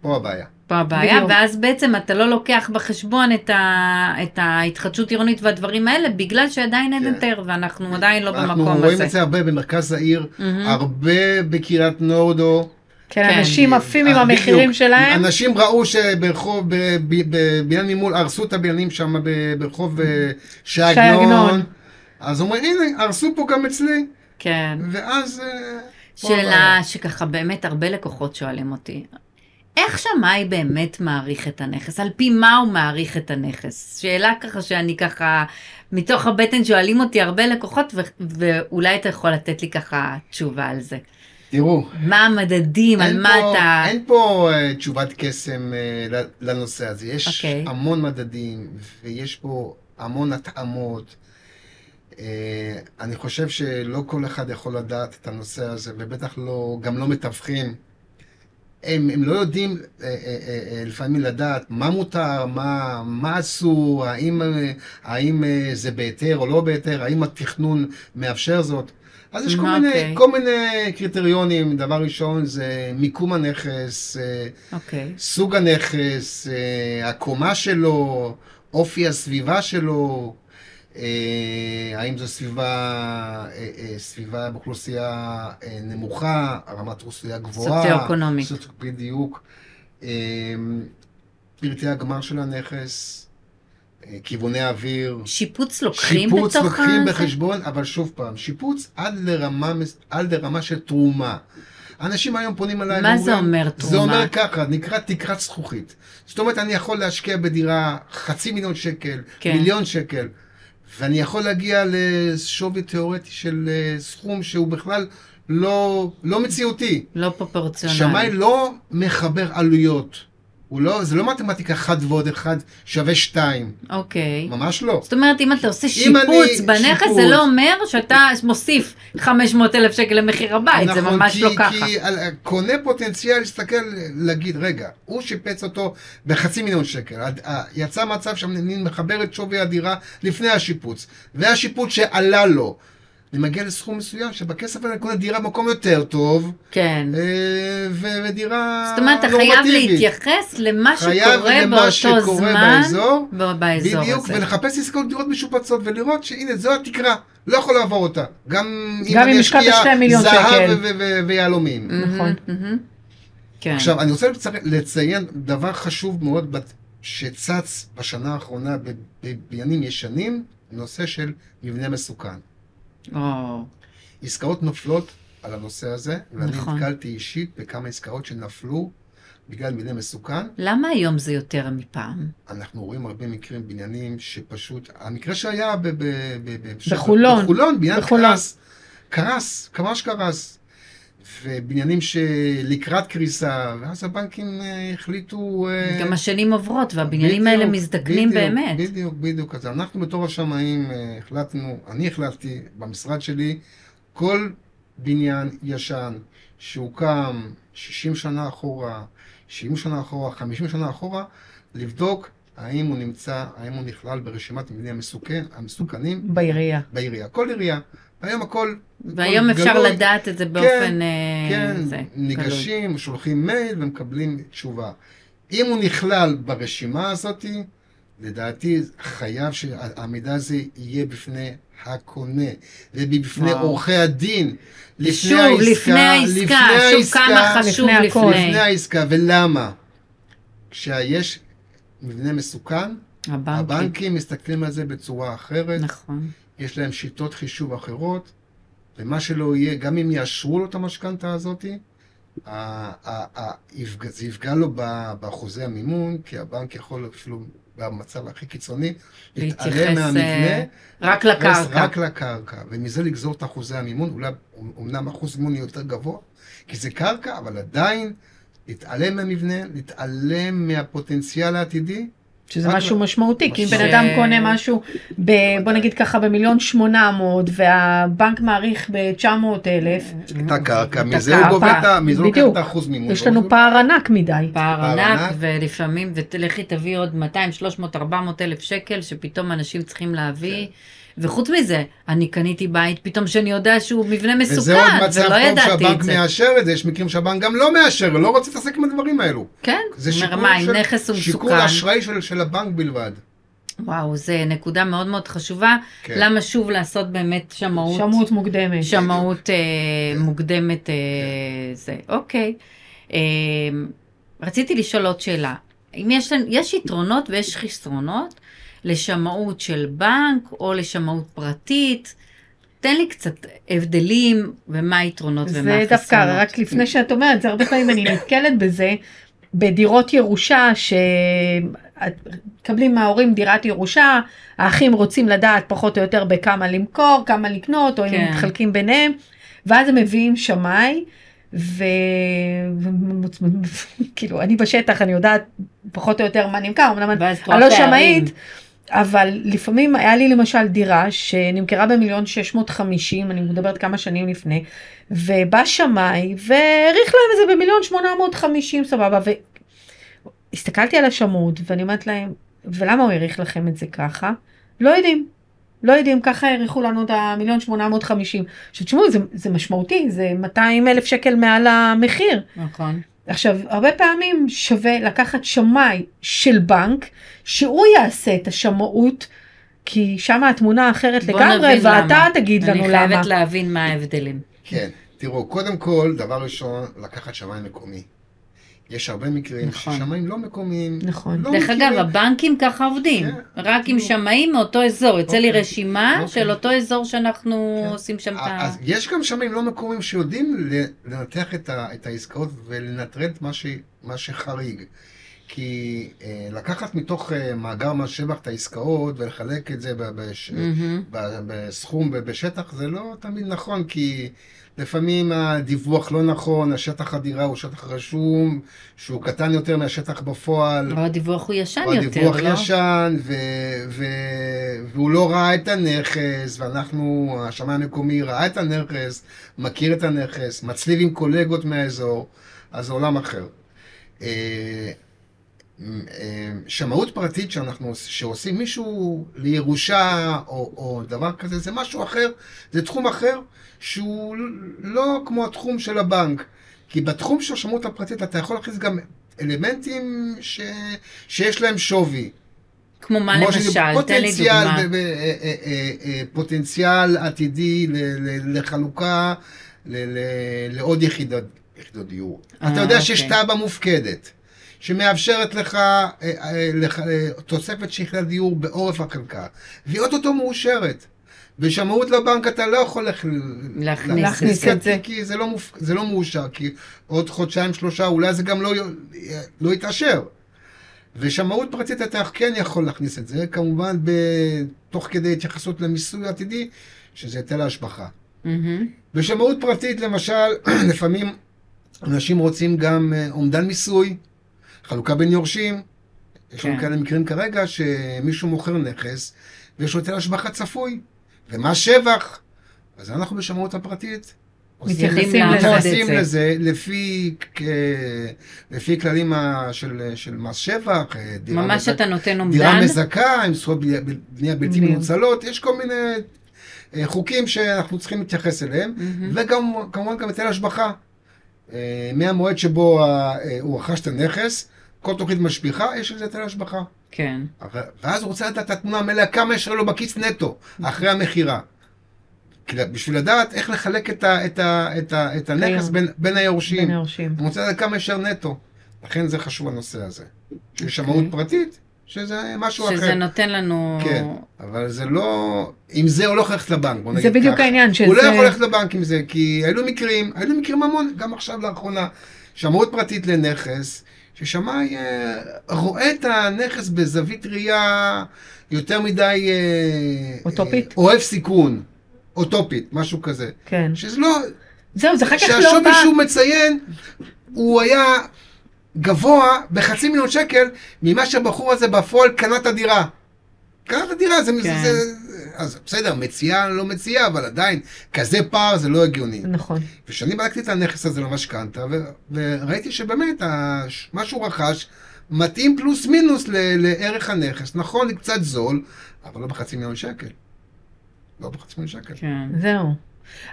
[SPEAKER 4] פה הבעיה.
[SPEAKER 3] פה הבעיה,
[SPEAKER 2] בדיוק.
[SPEAKER 3] ואז בעצם אתה לא לוקח בחשבון את, ה, את ההתחדשות עירונית והדברים האלה, בגלל שעדיין אין
[SPEAKER 4] כן.
[SPEAKER 3] היתר, ואנחנו עדיין לא במקום
[SPEAKER 4] אנחנו רואים
[SPEAKER 3] הזה. Mm-hmm. Mm.
[SPEAKER 4] את זה הרבה במרכז העיר,
[SPEAKER 3] מהמם.
[SPEAKER 4] הרבה בקריית נורדו.
[SPEAKER 2] כן,
[SPEAKER 3] כן.
[SPEAKER 2] אנשים עפים עם
[SPEAKER 4] אה,
[SPEAKER 2] המחירים
[SPEAKER 4] בדיוק.
[SPEAKER 2] שלהם.
[SPEAKER 4] אנשים ראו שברחוב, ב- ב- בבניין ממול, הרסו את הבניינים שם ב- ברחוב אה, שי
[SPEAKER 2] שי
[SPEAKER 4] עגנון.
[SPEAKER 2] עגנון.
[SPEAKER 4] אז אומרים, הנה, הרסו פה גם אצלי,
[SPEAKER 3] כן.
[SPEAKER 4] ואז... אה, פה
[SPEAKER 3] שאלה
[SPEAKER 4] הבעיה.
[SPEAKER 3] שככה באמת הרבה לקוחות שואלים אותי. איך שמאי באמת מעריך את הנכס? על פי מה הוא מעריך את הנכס? שאלה ככה שאני ככה, מתוך הבטן שואלים אותי הרבה לקוחות, ו- ואולי אתה יכול לתת לי ככה תשובה על זה.
[SPEAKER 4] תראו,
[SPEAKER 3] מה המדדים, על
[SPEAKER 4] אין
[SPEAKER 3] מה
[SPEAKER 4] פה-
[SPEAKER 3] אתה...
[SPEAKER 4] אין פה אה, תשובת קסם אה, ל- לנושא הזה. יש
[SPEAKER 3] אוקיי.
[SPEAKER 4] המון מדדים, ויש פה המון התאמות. אה, אני חושב שלא כל אחד יכול לדעת את הנושא הזה, ובטח לא, גם לא מתווכים. הם, הם לא יודעים אה, אה, אה, אה, לפעמים לדעת מה מותר, מה, מה אסור, האם, אה, האם אה, זה בהיתר או לא בהיתר, האם התכנון מאפשר זאת. אז יש כל
[SPEAKER 3] אוקיי.
[SPEAKER 4] מיני, כל מיני קריטריונים. דבר ראשון זה מיקום הנכס, אה,
[SPEAKER 3] אוקיי.
[SPEAKER 4] סוג הנכס, אה, הקומה שלו, אופי הסביבה שלו, אה, האם זו סביבה, אה, אה, סביבה באוכלוסייה אה, נמוכה, רמת אוכלוסייה גבוהה.
[SPEAKER 3] סוציו-אקונומית.
[SPEAKER 4] סוציו- בדיוק. אה, פרטי הגמר של הנכס, אה, כיווני האוויר.
[SPEAKER 3] שיפוץ לוקחים
[SPEAKER 4] שיפוץ
[SPEAKER 3] בתוך
[SPEAKER 4] לוקחים
[SPEAKER 3] הזה?
[SPEAKER 4] בחשבון, אבל שוב פעם, שיפוץ עד לרמה, מס- עד לרמה של תרומה. אנשים היום פונים אליי
[SPEAKER 3] מה זה אומר תרומה?
[SPEAKER 4] זה אומר ככה, נקרא תקרת זכוכית. זאת אומרת, אני יכול להשקיע בדירה חצי מיליון שקל,
[SPEAKER 3] כן.
[SPEAKER 4] כן. מיליון שקל, ואני יכול להגיע לשווי תיאורטי של אה, סכום שהוא בכלל לא, לא מציאותי.
[SPEAKER 3] לא פרופורציונלי.
[SPEAKER 4] שמאי לא מחבר עלויות. הוא לא, זה לא מתמטיקה 1 ועוד 1 שווה 2,
[SPEAKER 3] אוקיי.
[SPEAKER 4] ממש לא.
[SPEAKER 3] זאת אומרת, אם אתה עושה
[SPEAKER 4] אם
[SPEAKER 3] שיפוץ
[SPEAKER 4] אני-
[SPEAKER 3] בנכס,
[SPEAKER 4] שיפוץ.
[SPEAKER 3] זה לא אומר שאתה מוסיף 500 אלף שקל למחיר הבית, זה
[SPEAKER 4] נכון,
[SPEAKER 3] ממש
[SPEAKER 4] כי,
[SPEAKER 3] לא ככה.
[SPEAKER 4] כי על- קונה פוטנציאל להסתכל, להגיד, רגע, הוא שיפץ אותו בחצי מיליון שקל. הד- ה- יצא מצב שהמנהל מחבר את שווי הדירה לפני השיפוץ, והשיפוץ שעלה לו. אני מגיע לסכום מסוים שבכסף אני קונה דירה במקום יותר טוב,
[SPEAKER 3] כן.
[SPEAKER 4] אה, ו- ודירה
[SPEAKER 3] זאת אומרת, אתה חייב להתייחס למה
[SPEAKER 4] חייב
[SPEAKER 3] שקורה
[SPEAKER 4] למה
[SPEAKER 3] באותו
[SPEAKER 4] שקורה
[SPEAKER 3] זמן.
[SPEAKER 4] באזור,
[SPEAKER 3] ב- באזור
[SPEAKER 4] בדיוק,
[SPEAKER 3] הזה.
[SPEAKER 4] ולחפש עסקאות דירות משופצות, ולראות שהנה, זו התקרה, לא יכול לעבור אותה. גם
[SPEAKER 2] גם אם השקעת שתי מיליון
[SPEAKER 4] זהב
[SPEAKER 2] שקל.
[SPEAKER 4] ו- ו- ו- ויהלומים.
[SPEAKER 3] מהמם,
[SPEAKER 2] נכון.
[SPEAKER 3] מהמם. כן.
[SPEAKER 4] עכשיו, אני רוצה לצי- לציין דבר חשוב מאוד בת- שצץ בשנה האחרונה בבניינים ישנים, נושא של מבנה מסוכן.
[SPEAKER 3] או,
[SPEAKER 4] עסקאות נופלות על הנושא הזה, ואני
[SPEAKER 3] נכון.
[SPEAKER 4] נתקלתי אישית בכמה עסקאות שנפלו בגלל מבנה מסוכן.
[SPEAKER 3] למה היום זה יותר מפעם?
[SPEAKER 4] אנחנו רואים הרבה מקרים בניינים שפשוט, המקרה שהיה ב- ב- ב- ב-
[SPEAKER 2] בחולון.
[SPEAKER 4] בחולון, בניין
[SPEAKER 2] בחולון.
[SPEAKER 4] קרס, קרס, ממש קרס. ובניינים שלקראת קריסה, ואז הבנקים אה, החליטו... אה,
[SPEAKER 3] גם השנים עוברות והבניינים
[SPEAKER 4] בדיוק,
[SPEAKER 3] האלה מזדקנים
[SPEAKER 4] בדיוק,
[SPEAKER 3] באמת.
[SPEAKER 4] בדיוק, בדיוק. אז אנחנו בתור השמאים אה, החלטנו, אני החלטתי במשרד שלי, כל בניין ישן שהוקם 60 שנה אחורה, 70 שנה אחורה, 50 שנה אחורה, לבדוק האם הוא נמצא, האם הוא נכלל ברשימת מבנים המסוכן, המסוכנים
[SPEAKER 2] בעירייה.
[SPEAKER 4] בעירייה. כל עירייה. היום הכל,
[SPEAKER 3] והיום
[SPEAKER 4] גלוי.
[SPEAKER 3] אפשר לדעת את זה באופן... אה,
[SPEAKER 4] כן,
[SPEAKER 3] זה, גלוי.
[SPEAKER 4] ניגשים, שולחים מייל ומקבלים תשובה. אם הוא נכלל ברשימה הזאת, לדעתי חייב שהמידע הזה יהיה בפני הקונה ובפני
[SPEAKER 3] וואו.
[SPEAKER 4] עורכי הדין. לפני
[SPEAKER 3] שוב,
[SPEAKER 4] העסקה,
[SPEAKER 3] לפני העסקה, שוב כמה כן. חשוב
[SPEAKER 2] לפני הכל.
[SPEAKER 3] לפני.
[SPEAKER 4] לפני העסקה, ולמה? כשיש מבנה מסוכן,
[SPEAKER 3] הבנקים.
[SPEAKER 4] הבנקים מסתכלים על זה בצורה אחרת.
[SPEAKER 3] נכון.
[SPEAKER 4] יש להם שיטות חישוב אחרות, ומה שלא יהיה, גם אם יאשרו לו את המשכנתה הזאת, ה- ה- ה- יפג- זה יפגע לו ב- בחוזה המימון, כי הבנק יכול אפילו במצב הכי קיצוני,
[SPEAKER 3] להתייחס,
[SPEAKER 4] להתעלם מהמבנה,
[SPEAKER 3] אה, רק
[SPEAKER 4] להתייחס
[SPEAKER 3] לקרקע.
[SPEAKER 4] רק לקרקע, ומזה לגזור את אחוזי המימון, אולי, אומנם אחוז מימון יהיה יותר גבוה, כי זה קרקע, אבל עדיין להתעלם מהמבנה, להתעלם מהפוטנציאל העתידי,
[SPEAKER 2] שזה
[SPEAKER 4] רק
[SPEAKER 2] משהו
[SPEAKER 4] לא.
[SPEAKER 2] משמעותי, כי אם בן
[SPEAKER 4] משמעותי.
[SPEAKER 2] אדם קונה משהו, ב, בוא נגיד ככה, במיליון שמונה מאות, והבנק מעריך ב-900 אלף,
[SPEAKER 4] את הקרקע,
[SPEAKER 2] את
[SPEAKER 4] מזה הוא גובה את ה-
[SPEAKER 2] הקרקע,
[SPEAKER 4] מזה הוא לוקח
[SPEAKER 2] בדיוק.
[SPEAKER 4] את האחוז מימון.
[SPEAKER 2] יש לנו פער ענק מדי.
[SPEAKER 3] פער
[SPEAKER 4] פער
[SPEAKER 3] ענק,
[SPEAKER 4] ענק.
[SPEAKER 3] ולפעמים, ולכי תביא עוד 200, 300, 400 אלף שקל, שפתאום אנשים צריכים להביא.
[SPEAKER 4] כן.
[SPEAKER 3] וחוץ מזה, אני קניתי בית, פתאום שאני יודע שהוא מבנה
[SPEAKER 4] וזה עוד
[SPEAKER 3] מסוכן,
[SPEAKER 4] מצב
[SPEAKER 3] ולא
[SPEAKER 4] טוב
[SPEAKER 3] ידעתי
[SPEAKER 4] שהבנק
[SPEAKER 3] את זה.
[SPEAKER 4] מאשר את זה, יש מקרים שהבנק גם לא מאשר, לא רוצה להתעסק עם הדברים האלו.
[SPEAKER 3] כן,
[SPEAKER 4] זה
[SPEAKER 3] אומר,
[SPEAKER 4] שיקול
[SPEAKER 3] מה, אם
[SPEAKER 4] של-
[SPEAKER 3] נכס הוא
[SPEAKER 4] שיקול
[SPEAKER 3] מסוכן.
[SPEAKER 4] אשראי של, של הבנק בלבד.
[SPEAKER 3] וואו, זה נקודה מאוד מאוד חשובה.
[SPEAKER 4] כן.
[SPEAKER 3] למה שוב לעשות באמת שמאות,
[SPEAKER 2] שמות מוקדמת.
[SPEAKER 3] שמאות אה,
[SPEAKER 4] כן.
[SPEAKER 3] מוקדמת אה, זה. אוקיי. אה, רציתי לשאול עוד שאלה. אם יש, לנו- יש יתרונות ויש חסרונות לשמאות של בנק או לשמאות פרטית, תן לי קצת הבדלים ומה היתרונות ומה
[SPEAKER 2] זה
[SPEAKER 3] החסרונות.
[SPEAKER 2] דווקא, רק לפני שאת אומרת, זה הרבה פעמים אני נתקלת בזה, בדירות ירושה, שמקבלים מההורים דירת ירושה, האחים רוצים לדעת פחות או יותר בכמה למכור, כמה לקנות, או אם
[SPEAKER 3] כן.
[SPEAKER 2] הם מתחלקים ביניהם, ואז הם מביאים שמאי. ו- כאילו אני בשטח אני יודעת פחות או יותר מה נמכר אמנם אני
[SPEAKER 3] ואז פה
[SPEAKER 2] אני לא
[SPEAKER 3] הפערים.
[SPEAKER 2] שמאית, אבל לפעמים היה לי למשל דירה שנמכרה במיליון 650, אני מדברת כמה שנים לפני, ובא שמאי והעריך להם את זה במיליון 850, סבבה, והסתכלתי על השמות ואני אומרת להם, ולמה הוא העריך לכם את זה ככה? לא יודעים. לא יודעים, ככה העריכו לנו את המיליון 850. עכשיו תשמעו, זה, זה משמעותי, זה 200 אלף שקל מעל המחיר.
[SPEAKER 3] נכון.
[SPEAKER 2] עכשיו, הרבה פעמים שווה לקחת שמאי של בנק, שהוא יעשה את השמאות, כי שם התמונה אחרת
[SPEAKER 3] בוא
[SPEAKER 2] לגמרי,
[SPEAKER 3] נבין
[SPEAKER 2] ואתה
[SPEAKER 3] למה.
[SPEAKER 2] תגיד לנו
[SPEAKER 3] אני
[SPEAKER 2] למה.
[SPEAKER 3] חייבת להבין מה ההבדלים.
[SPEAKER 4] כן, תראו, קודם כל, דבר ראשון, לקחת שמאי מקומי. יש הרבה מקרים
[SPEAKER 3] נכון.
[SPEAKER 4] ששמאים לא מקומיים.
[SPEAKER 2] נכון.
[SPEAKER 4] לא
[SPEAKER 3] דרך אגב,
[SPEAKER 4] מכירים.
[SPEAKER 3] הבנקים ככה עובדים,
[SPEAKER 4] כן,
[SPEAKER 3] רק עם
[SPEAKER 4] בדיוק.
[SPEAKER 3] שמאים מאותו אזור. יוצא לי
[SPEAKER 4] אוקיי.
[SPEAKER 3] רשימה
[SPEAKER 4] אוקיי.
[SPEAKER 3] של אותו אזור שאנחנו
[SPEAKER 4] כן.
[SPEAKER 3] עושים שם את ה...
[SPEAKER 4] אז יש גם שמאים לא מקומיים שיודעים ל- לנתח את, ה, את העסקאות ולנטרל את מה, ש, מה שחריג. כי אה, לקחת מתוך אה, מאגר מס שבח את העסקאות ולחלק את זה ב- בש,
[SPEAKER 3] מהמם.
[SPEAKER 4] ב- בסכום ובשטח זה לא תמיד נכון, כי לפעמים הדיווח לא נכון, השטח הדירה הוא שטח רשום, שהוא קטן יותר מהשטח בפועל,
[SPEAKER 3] אבל הדיווח הוא ישן
[SPEAKER 4] או
[SPEAKER 3] יותר,
[SPEAKER 4] הדיווח
[SPEAKER 3] לא?
[SPEAKER 4] ישן, ו- ו- והוא לא ראה את הנכס, ואנחנו, השמאי המקומי ראה את הנכס, מכיר את הנכס, מצליב עם קולגות מהאזור, אז זה עולם אחר. אה, אה, שמאות פרטית שאנחנו, עוש- שעושים מישהו לירושה או, או דבר כזה, זה משהו אחר, זה תחום אחר שהוא לא כמו התחום של הבנק. כי בתחום של השמאות הפרטית אתה יכול להכניס גם אלמנטים ש, שיש להם שווי.
[SPEAKER 3] כמו מה
[SPEAKER 4] כמו שזה
[SPEAKER 3] למשל? תן לי
[SPEAKER 4] פוטנציאל
[SPEAKER 3] דוגמה.
[SPEAKER 4] ב- ב- אה, אה, אה, אה, פוטנציאל עתידי ל- ל- לחלוקה ל- ל- לעוד יחידות יחידות דיור.
[SPEAKER 3] אה,
[SPEAKER 4] אתה יודע שיש
[SPEAKER 3] אוקיי.
[SPEAKER 4] תב"ע מופקדת, שמאפשרת לך אה, אה, לך, אה, תוספת של יחידת דיור בעורף הקרקע, והיא אוטוטו מאושרת. בשמאות לבנק אתה לא יכול לח-
[SPEAKER 3] להכניס
[SPEAKER 2] את זה.
[SPEAKER 4] כי- כי זה לא, מופ... זה לא מאושר, כי עוד חודשיים, שלושה, אולי זה גם לא, י- לא יתאשר. ושמאות פרטית אתה כן יכול להכניס את זה, כמובן ב... תוך כדי התייחסות למיסוי עתידי, שזה היטל ההשבחה.
[SPEAKER 3] מהמם.
[SPEAKER 4] בשמאות פרטית, למשל, לפעמים אנשים רוצים גם אה, אומדן מיסוי, חלוקה בין יורשים. יש לנו
[SPEAKER 3] כן.
[SPEAKER 4] כאלה מקרים כרגע שמישהו מוכר נכס ויש לו היטל השבחה צפוי, ומה שבח? אז אנחנו בשמאות הפרטית עושים-
[SPEAKER 2] מתייחסים
[SPEAKER 3] יודעים
[SPEAKER 2] לזה.
[SPEAKER 3] לעבוד את
[SPEAKER 4] מתייחסים
[SPEAKER 3] זה.
[SPEAKER 4] לזה לפי, כ- לפי כללים ה- של, של מס שבח, אה, דירה
[SPEAKER 3] ממש
[SPEAKER 4] מזכה-
[SPEAKER 3] אתה נותן אומדן?
[SPEAKER 4] דירה מזכה, עם זכויות בנייה- בנייה בלתי
[SPEAKER 2] בדיוק.
[SPEAKER 4] מנוצלות, יש כל מיני אה, חוקים שאנחנו צריכים להתייחס אליהם,
[SPEAKER 3] מהמם.
[SPEAKER 4] וגם כמובן גם היטל השבחה. אה, מהמועד שבו ה- אה, הוא רכש את הנכס, כל תוכנית משביחה, יש לזה היטל השבחה.
[SPEAKER 3] כן.
[SPEAKER 4] אבל- ואז הוא רוצה לדעת את התמונה המלאה, כמה יש לו בכיס נטו, אחרי המכירה. כי- בשביל לדעת איך לחלק את, ה, את, ה, את, ה, את הנכס
[SPEAKER 2] היום.
[SPEAKER 4] בין, בין היורשים.
[SPEAKER 2] בין היורשים.
[SPEAKER 4] הוא רוצה לדעת כמה יש נטו. לכן זה חשוב הנושא הזה. יש שמאות פרטית, שזה משהו
[SPEAKER 3] שזה
[SPEAKER 4] אחר.
[SPEAKER 3] נותן לנו...
[SPEAKER 4] כן, אבל זה לא... עם זה הוא לא יכול ללכת לבנק, בוא נגיד
[SPEAKER 2] זה בדיוק
[SPEAKER 4] ככה.
[SPEAKER 2] העניין,
[SPEAKER 4] הוא לא
[SPEAKER 2] שזה...
[SPEAKER 4] יכול ללכת לבנק עם זה, כי היו מקרים, היו מקרים המון, גם עכשיו לאחרונה, שמאות פרטית לנכס, ששמאי אה, רואה את הנכס בזווית ראייה יותר מדי... אה,
[SPEAKER 2] אוטופית?
[SPEAKER 4] אה, אוהב סיכון, אוטופית, משהו כזה.
[SPEAKER 2] כן.
[SPEAKER 4] שזה לא...
[SPEAKER 2] זהו, זה אחר כך לא
[SPEAKER 4] שהשווי
[SPEAKER 2] בא.
[SPEAKER 4] שהוא מציין, הוא היה גבוה בחצי מיליון שקל ממה שהבחור הזה בפועל קנה את הדירה. קנה את הדירה, זה...
[SPEAKER 3] כן.
[SPEAKER 4] זה, זה אז בסדר, מציעה, לא מציעה, אבל עדיין, כזה פער זה לא הגיוני.
[SPEAKER 2] נכון.
[SPEAKER 4] וכשאני בדקתי את הנכס הזה למשכנתה, ו- וראיתי שבאמת ה- ש- מה שהוא רכש מתאים פלוס מינוס ל- לערך הנכס. נכון, קצת זול, אבל לא בחצי מיליון שקל. לא בחצי מיליון שקל.
[SPEAKER 3] כן.
[SPEAKER 2] זהו.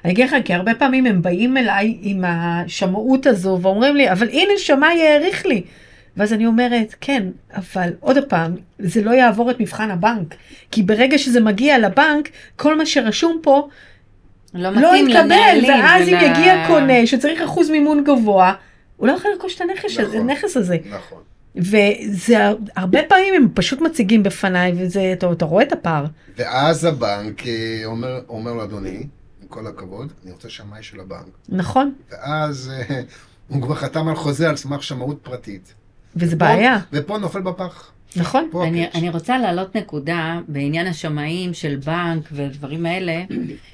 [SPEAKER 2] אני אגיד לך, כי הרבה פעמים הם באים אליי עם השמאות הזו ואומרים לי, אבל הנה שמאי העריך לי. ואז אני אומרת, כן, אבל עוד פעם, זה לא יעבור את מבחן הבנק. כי ברגע שזה מגיע לבנק, כל מה שרשום פה לא
[SPEAKER 3] מתאים
[SPEAKER 2] יתקבל,
[SPEAKER 3] לנהלים
[SPEAKER 2] ואז אם
[SPEAKER 3] ול-
[SPEAKER 2] יגיע קונה שצריך אחוז מימון גבוה, הוא לא יכול לרכוש את הנכס הזה-
[SPEAKER 4] נכון.
[SPEAKER 2] הנכס הזה.
[SPEAKER 4] נכון.
[SPEAKER 2] וזה הרבה פעמים הם פשוט מציגים בפניי, וזה, אתה, אתה רואה את הפער.
[SPEAKER 4] ואז הבנק אה, אומר, אומר לו, אדוני, עם כל הכבוד, אני רוצה שמאי של הבנק.
[SPEAKER 2] נכון,
[SPEAKER 4] ואז אה, הוא כבר חתם על חוזה על סמך שמאות פרטית.
[SPEAKER 2] וזה
[SPEAKER 3] נכון.
[SPEAKER 4] ופה-
[SPEAKER 2] בעיה,
[SPEAKER 4] ופה נופל בפח.
[SPEAKER 2] נכון?
[SPEAKER 4] פה
[SPEAKER 3] אני,
[SPEAKER 4] הקאץ'.
[SPEAKER 3] אני רוצה להעלות נקודה בעניין השמאים של בנק ודברים האלה.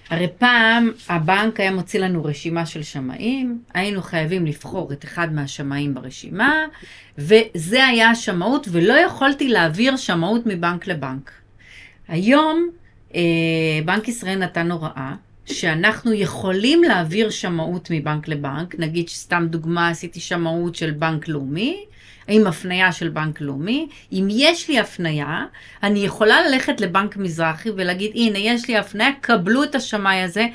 [SPEAKER 3] הרי פעם הבנק היה מוציא לנו רשימה של שמאים, היינו חייבים לבחור את אחד מהשמאים ברשימה, וזה היה השמאות, ולא יכולתי להעביר שמאות מבנק לבנק. היום אה, בנק ישראל נתן הוראה שאנחנו יכולים להעביר שמאות מבנק לבנק, נגיד סתם דוגמה, עשיתי שמאות של בנק לאומי, עם הפנייה של בנק לאומי, אם יש לי הפנייה, אני יכולה ללכת לבנק מזרחי ולהגיד, הנה, יש לי הפנייה, קבלו את השמאי הזה.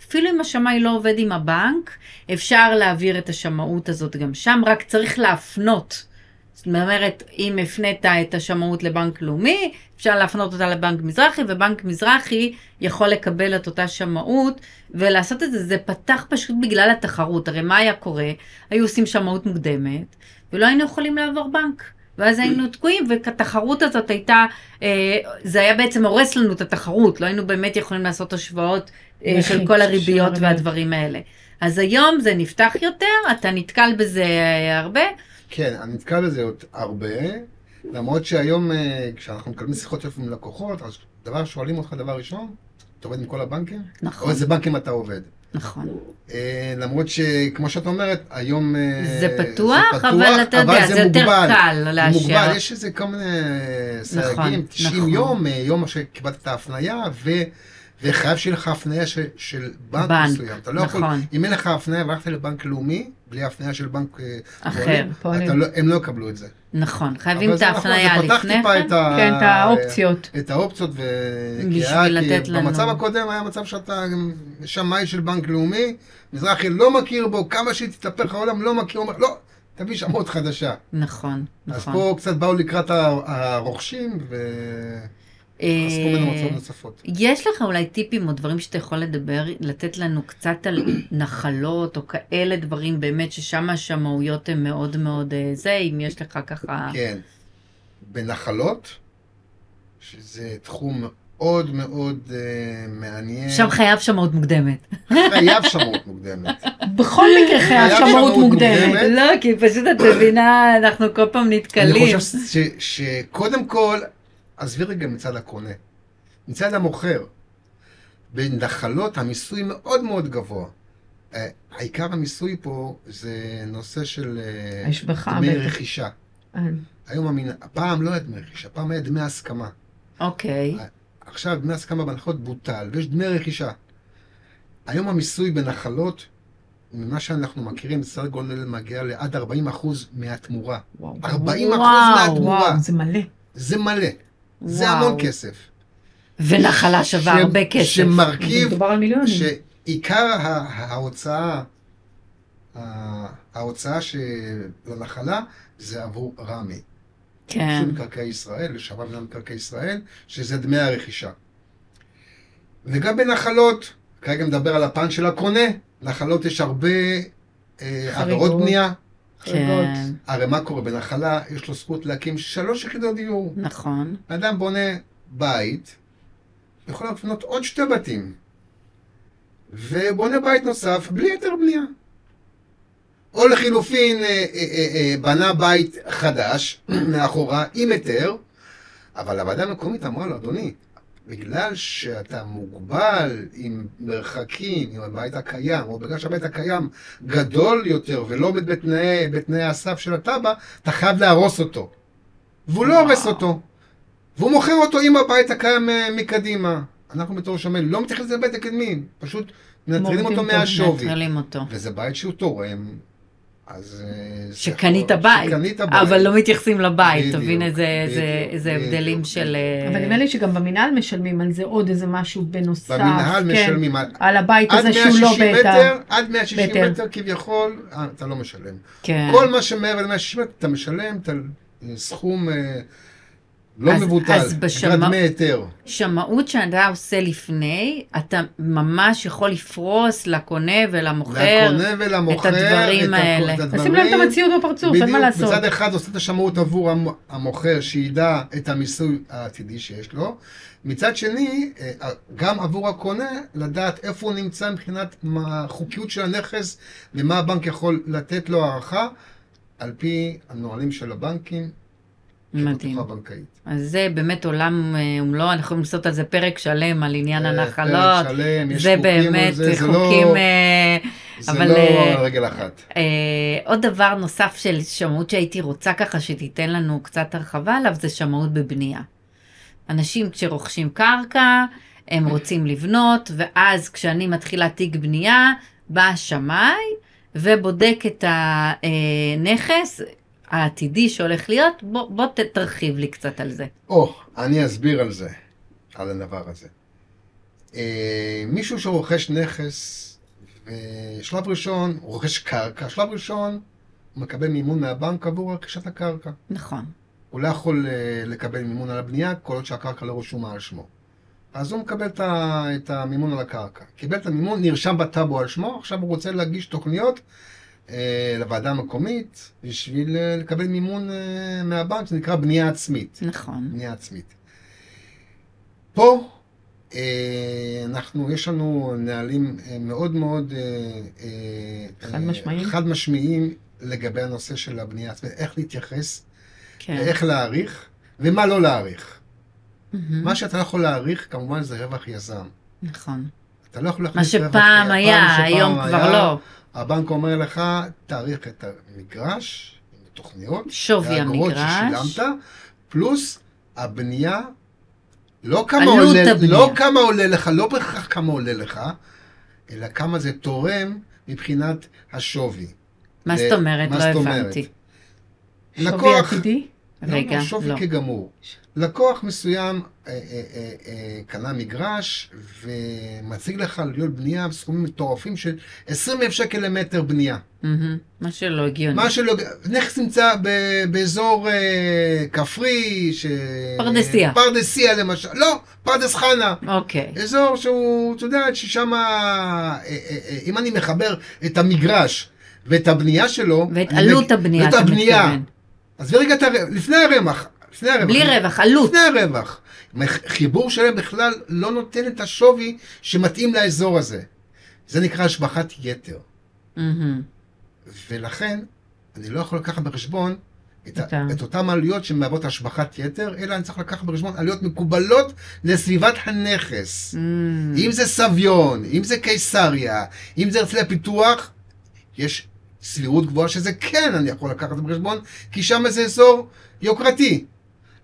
[SPEAKER 3] אפילו אם השמאי לא עובד עם הבנק, אפשר להעביר את השמאות הזאת גם שם, רק צריך להפנות. זאת אומרת, אם הפנית את השמאות לבנק לאומי, אפשר להפנות אותה לבנק מזרחי, ובנק מזרחי יכול לקבל את אותה שמאות ולעשות את זה. זה פתח פשוט בגלל התחרות. הרי מה היה קורה? היו עושים שמאות מוקדמת, ולא היינו יכולים לעבור בנק. ואז היינו תקועים, והתחרות הזאת הייתה, אה, זה היה בעצם הורס לנו את התחרות, לא היינו באמת יכולים לעשות השוואות אה, של
[SPEAKER 2] נכון,
[SPEAKER 3] כל
[SPEAKER 2] של
[SPEAKER 3] הריביות
[SPEAKER 2] הריביות.
[SPEAKER 3] והדברים האלה. אז היום זה נפתח יותר, אתה נתקל בזה אה, הרבה.
[SPEAKER 4] כן, אני נתקל בזה עוד הרבה, למרות שהיום אה, כשאנחנו מקבלים שיחות טלפון עם לקוחות, אז דבר, שואלים אותך דבר ראשון, אתה עובד עם כל הבנקים? או
[SPEAKER 3] נכון,
[SPEAKER 4] איזה בנקים אתה עובד?
[SPEAKER 3] נכון.
[SPEAKER 4] אה, למרות שכמו שאת אומרת, היום אה,
[SPEAKER 3] זה פתוח, אבל אתה יודע, זה יותר
[SPEAKER 4] מוגבל.
[SPEAKER 3] קל לא
[SPEAKER 4] הוא מוגבל,
[SPEAKER 3] לאשר.
[SPEAKER 4] יש איזה כל מיני אה,
[SPEAKER 3] נכון,
[SPEAKER 4] סייגים, 90
[SPEAKER 3] נכון.
[SPEAKER 4] יום, אה, יום שקיבלת את ההפניה, וחייב שיהיה לך הפניה של, של בנק,
[SPEAKER 3] בנק,
[SPEAKER 4] מסוים. אתה לא יכול,
[SPEAKER 3] נכון.
[SPEAKER 4] אם אין לך הפניה והלכת לבנק לאומי, בלי הפניה של בנק אה,
[SPEAKER 3] אחר.
[SPEAKER 4] פועלים,
[SPEAKER 2] פועלים.
[SPEAKER 4] אתה לא, הם לא יקבלו את זה.
[SPEAKER 3] נכון, חייבים
[SPEAKER 4] אבל
[SPEAKER 3] את
[SPEAKER 4] זה נכון, זה
[SPEAKER 3] ההפניה
[SPEAKER 4] פתח
[SPEAKER 3] לפני
[SPEAKER 4] טיפה
[SPEAKER 3] כן.
[SPEAKER 4] את ה-
[SPEAKER 2] כן, את האופציות.
[SPEAKER 4] את האופציות, ו...
[SPEAKER 3] בשביל
[SPEAKER 4] כי היה- כי
[SPEAKER 3] לתת לנו.
[SPEAKER 4] במצב הקודם היה מצב שאתה שמאי של בנק לאומי, מזרחי לא מכיר בו, כמה שתתהפך העולם לא מכיר, אומר, לא, תביא שמות חדשה.
[SPEAKER 3] נכון,
[SPEAKER 4] אז
[SPEAKER 3] נכון.
[SPEAKER 4] פה קצת באו לקראת ה- הרוכשים, וחסכו
[SPEAKER 3] אה,
[SPEAKER 4] ממנו מצוות נוספות.
[SPEAKER 3] יש לך אולי טיפים או דברים שאתה יכול לדבר, לתת לנו קצת על נחלות או כאלה דברים באמת ששם השמאויות הן מאוד מאוד אה, זה, אם יש לך ככה...
[SPEAKER 4] כן. בנחלות, שזה תחום מאוד מאוד אה, מעניין.
[SPEAKER 3] שם חייב שמאות מוקדמת.
[SPEAKER 4] חייב שמות מוקדמת.
[SPEAKER 2] בכל מקרה חייב
[SPEAKER 4] היה
[SPEAKER 2] שמרות
[SPEAKER 4] שמאות
[SPEAKER 2] מוקדמת.
[SPEAKER 4] מוקדמת. באמת?
[SPEAKER 3] לא, כי פשוט את מבינה, אנחנו כל פעם
[SPEAKER 4] אני
[SPEAKER 3] נתקלים.
[SPEAKER 4] חושב ש- שקודם כל, עזבי רגע מצד הקונה, מצד המוכר. בנחלות המיסוי מאוד מאוד גבוה. אה, העיקר המיסוי פה זה נושא של אה,
[SPEAKER 2] ההשבחה
[SPEAKER 4] דמי
[SPEAKER 2] בטח.
[SPEAKER 4] רכישה.
[SPEAKER 2] אה,
[SPEAKER 4] היום, המנ- פעם לא היה דמי רכישה, פעם היה דמי הסכמה.
[SPEAKER 3] אוקיי.
[SPEAKER 4] עכשיו דמי הסכמה בהנחות בוטל, ויש דמי רכישה. היום המיסוי בנחלות, ממה שאנחנו מכירים, סדר גודל מגיע לעד 40 אחוז מהתמורה.
[SPEAKER 2] וואו,
[SPEAKER 4] 40 אחוז
[SPEAKER 3] וואו,
[SPEAKER 4] מהתמורה.
[SPEAKER 2] וואו, זה מלא.
[SPEAKER 4] זה מלא. זה
[SPEAKER 3] וואו.
[SPEAKER 4] המון כסף.
[SPEAKER 3] ונחלה שווה
[SPEAKER 4] ש-
[SPEAKER 3] הרבה כסף.
[SPEAKER 4] שמרכיב,
[SPEAKER 2] מדובר על מיליונים.
[SPEAKER 4] שעיקר ה- ההוצאה, ה- ההוצאה של הנחלה, זה עבור רמ"י.
[SPEAKER 3] כן.
[SPEAKER 4] של מקרקעי ישראל, לשעבר מינהל מקרקעי ישראל, שזה דמי הרכישה. וגם בנחלות, כרגע מדבר על הפן של הקונה, נחלות יש הרבה אה, עבירות
[SPEAKER 2] חריגות.
[SPEAKER 4] בנייה.
[SPEAKER 3] כן.
[SPEAKER 4] הרי מה קורה בנחלה? יש לו זכות להקים שלוש יחידות דיור.
[SPEAKER 3] נכון.
[SPEAKER 4] אדם בונה בית, יכול לבנות עוד שתי בתים, ובונה בית נוסף בלי היתר בנייה. או לחילופין, אה, אה, אה, אה, בנה בית חדש מאחורה עם היתר, אבל הוועדה המקומית אמרה לו, אדוני, בגלל שאתה מוגבל עם מרחקים, עם הבית הקיים, או בגלל שהבית הקיים גדול יותר ולא עומד בתנאי, בתנאי הסף של התב"ע, אתה חייב להרוס אותו. והוא לא הורס
[SPEAKER 3] וואו.
[SPEAKER 4] אותו. והוא מוכר אותו עם הבית הקיים אה, מקדימה. אנחנו בתור שמן לא מתייחסים לבית הקדמי, פשוט מנטרלים
[SPEAKER 2] מורידים
[SPEAKER 4] אותו
[SPEAKER 2] אותו,
[SPEAKER 4] מהשווי.
[SPEAKER 3] מנטרלים אותו.
[SPEAKER 4] וזה בית שהוא תורם, אז... אה, זה
[SPEAKER 3] שקנית
[SPEAKER 4] יכול-
[SPEAKER 3] בית,
[SPEAKER 4] שקנית בית.
[SPEAKER 3] אבל לא מתייחסים לבית,
[SPEAKER 4] בדיוק,
[SPEAKER 3] תבין איזה- איזה-
[SPEAKER 4] בדיוק,
[SPEAKER 3] איזה
[SPEAKER 4] בדיוק,
[SPEAKER 3] הבדלים
[SPEAKER 4] בדיוק.
[SPEAKER 3] של... אה,
[SPEAKER 2] אבל נדמה לי שגם במינהל משלמים על זה עוד איזה משהו בנוסף.
[SPEAKER 4] במנהל
[SPEAKER 2] כן,
[SPEAKER 4] משלמים על...
[SPEAKER 2] על הבית
[SPEAKER 4] עד
[SPEAKER 2] הזה שהוא
[SPEAKER 4] 160
[SPEAKER 2] לא
[SPEAKER 4] מטר,
[SPEAKER 2] בטא.
[SPEAKER 4] עד 160
[SPEAKER 2] בהיתר.
[SPEAKER 4] מטר כביכול, אה, אתה לא משלם.
[SPEAKER 3] כן.
[SPEAKER 4] כל מה שמעבר ל-160 מטר, אתה משלם את הסכום אה, לא
[SPEAKER 3] אז-
[SPEAKER 4] מבוטל.
[SPEAKER 3] אז בשמה-
[SPEAKER 4] בגלל דמי היתר.
[SPEAKER 3] שמאות שאתה עושה לפני, אתה ממש יכול לפרוס לקונה ולמוכר.
[SPEAKER 4] לקונה ולמוכר.
[SPEAKER 3] הדברים
[SPEAKER 4] את הכ-
[SPEAKER 3] האלה.
[SPEAKER 4] את
[SPEAKER 2] תשים להם את
[SPEAKER 4] הדברים.
[SPEAKER 2] המציאות בפרצוף, אין מה לעשות.
[SPEAKER 4] בדיוק, מצד אחד עושה את השמאות עבור המ- המוכר, שידע את המיסוי העתידי שיש לו. מצד שני, אה, גם עבור הקונה, לדעת איפה הוא נמצא מבחינת מה- החוקיות של הנכס ומה הבנק יכול לתת לו הערכה, על פי הנהלים של הבנקים,
[SPEAKER 3] מדהים.
[SPEAKER 4] כפתוחה בנקאית.
[SPEAKER 3] אז זה באמת עולם אה, ומלואו, אנחנו יכולים לעשות על זה פרק שלם, על עניין
[SPEAKER 4] אה,
[SPEAKER 3] הנחלות. זה
[SPEAKER 4] זה לא-
[SPEAKER 3] באמת חוקים... אה,
[SPEAKER 4] זה
[SPEAKER 3] אבל,
[SPEAKER 4] לא
[SPEAKER 3] אה,
[SPEAKER 4] על רגל אחת.
[SPEAKER 3] אה, עוד דבר נוסף של שמאות שהייתי רוצה ככה שתיתן לנו קצת הרחבה עליו, זה שמאות בבנייה. אנשים כשרוכשים קרקע, הם רוצים לבנות, ואז כשאני מתחילה תיק בנייה, בא השמאי ובודק את הנכס העתידי שהולך להיות, בוא, בוא ת- תרחיב לי קצת על זה.
[SPEAKER 4] או, אני אסביר על זה, על הדבר הזה. אה, מישהו שרוכש נכס, אה, שלב ראשון, הוא רוכש קרקע, שלב ראשון, הוא מקבל מימון מהבנק עבור רכישת הקרקע.
[SPEAKER 3] נכון.
[SPEAKER 4] הוא לא יכול אה, לקבל מימון על הבנייה כל עוד שהקרקע לא רשומה על שמו. אז הוא מקבל את, ה, את המימון על הקרקע. קיבל את המימון, נרשם בטאבו על שמו, עכשיו הוא רוצה להגיש תוכניות אה, לוועדה המקומית בשביל אה, לקבל מימון אה, מהבנק, זה נקרא בנייה עצמית.
[SPEAKER 3] נכון.
[SPEAKER 4] בנייה עצמית. פה אה, אנחנו, יש לנו נהלים אה, מאוד מאוד אה, אה,
[SPEAKER 2] חד משמעיים.
[SPEAKER 4] חד משמעיים לגבי הנושא של הבנייה העצמית, איך להתייחס,
[SPEAKER 3] כן. Mm-hmm.
[SPEAKER 4] איך להעריך ומה לא להעריך.
[SPEAKER 3] מהמם.
[SPEAKER 4] מה שאתה לא יכול להעריך כמובן זה רווח יזם.
[SPEAKER 3] נכון.
[SPEAKER 4] אתה לא יכול
[SPEAKER 3] מה
[SPEAKER 4] להכניס רווח
[SPEAKER 3] שפעם
[SPEAKER 4] יזם,
[SPEAKER 3] היה,
[SPEAKER 4] שפעם
[SPEAKER 3] היום
[SPEAKER 4] היה.
[SPEAKER 3] כבר לא.
[SPEAKER 4] הבנק אומר לך, תעריך את המגרש, עם תוכניות,
[SPEAKER 3] שווי
[SPEAKER 4] האגרות
[SPEAKER 3] המגרש.
[SPEAKER 4] ששילמת, פלוס הבנייה לא כמה,
[SPEAKER 3] עלות
[SPEAKER 4] עולה,
[SPEAKER 3] הבנייה.
[SPEAKER 4] לא כמה עולה לך, לא בהכרח כמה עולה לך, אלא כמה זה תורם מבחינת השווי.
[SPEAKER 3] מה
[SPEAKER 4] זה-
[SPEAKER 3] זאת אומרת?
[SPEAKER 4] מה
[SPEAKER 3] לא
[SPEAKER 4] זאת אומרת?
[SPEAKER 3] הבנתי.
[SPEAKER 2] שווי
[SPEAKER 4] לקוח,
[SPEAKER 2] עתידי?
[SPEAKER 3] רגע,
[SPEAKER 4] לא, שווי
[SPEAKER 3] לא.
[SPEAKER 4] כגמור. לקוח מסוים אה, אה, אה, אה, קנה מגרש ומציג לך עלויות בנייה בסכומים מטורפים של 20 אלף שקל למטר בנייה.
[SPEAKER 3] מהמם. מה שלא הגיוני.
[SPEAKER 4] מה שלא, נכס נמצא ב- באזור אה, כפרי, ש...
[SPEAKER 3] פרדסיה.
[SPEAKER 4] פרדסיה למשל, לא, פרדס חנה.
[SPEAKER 3] אוקיי.
[SPEAKER 4] אזור שהוא, את יודעת, ששם, אה, אם אני מחבר את המגרש ואת הבנייה שלו,
[SPEAKER 3] ואת
[SPEAKER 4] אני
[SPEAKER 3] עלות
[SPEAKER 4] מג-
[SPEAKER 3] הבנייה,
[SPEAKER 4] ואת
[SPEAKER 3] אתה
[SPEAKER 4] הבנייה.
[SPEAKER 3] מתכוון.
[SPEAKER 4] עזבי רגע את הרווח, לפני הרווח, לפני הרווח.
[SPEAKER 3] בלי רווח, עלות.
[SPEAKER 4] לפני הרווח. חיבור שלהם בכלל לא נותן את השווי שמתאים לאזור הזה. זה נקרא השבחת יתר.
[SPEAKER 3] מהמם.
[SPEAKER 4] ולכן, אני לא יכול לקחת בחשבון את,
[SPEAKER 3] את ה-
[SPEAKER 4] ה- את אותן עלויות שמהוות השבחת יתר, אלא אני צריך לקחת בחשבון עלויות מקובלות לסביבת הנכס.
[SPEAKER 3] מהמם.
[SPEAKER 4] אם זה סביון, אם זה קיסריה, אם זה הרצליה פיתוח, יש סבירות גבוהה שזה כן אני יכול לקחת בחשבון, כי שם זה אזור יוקרתי.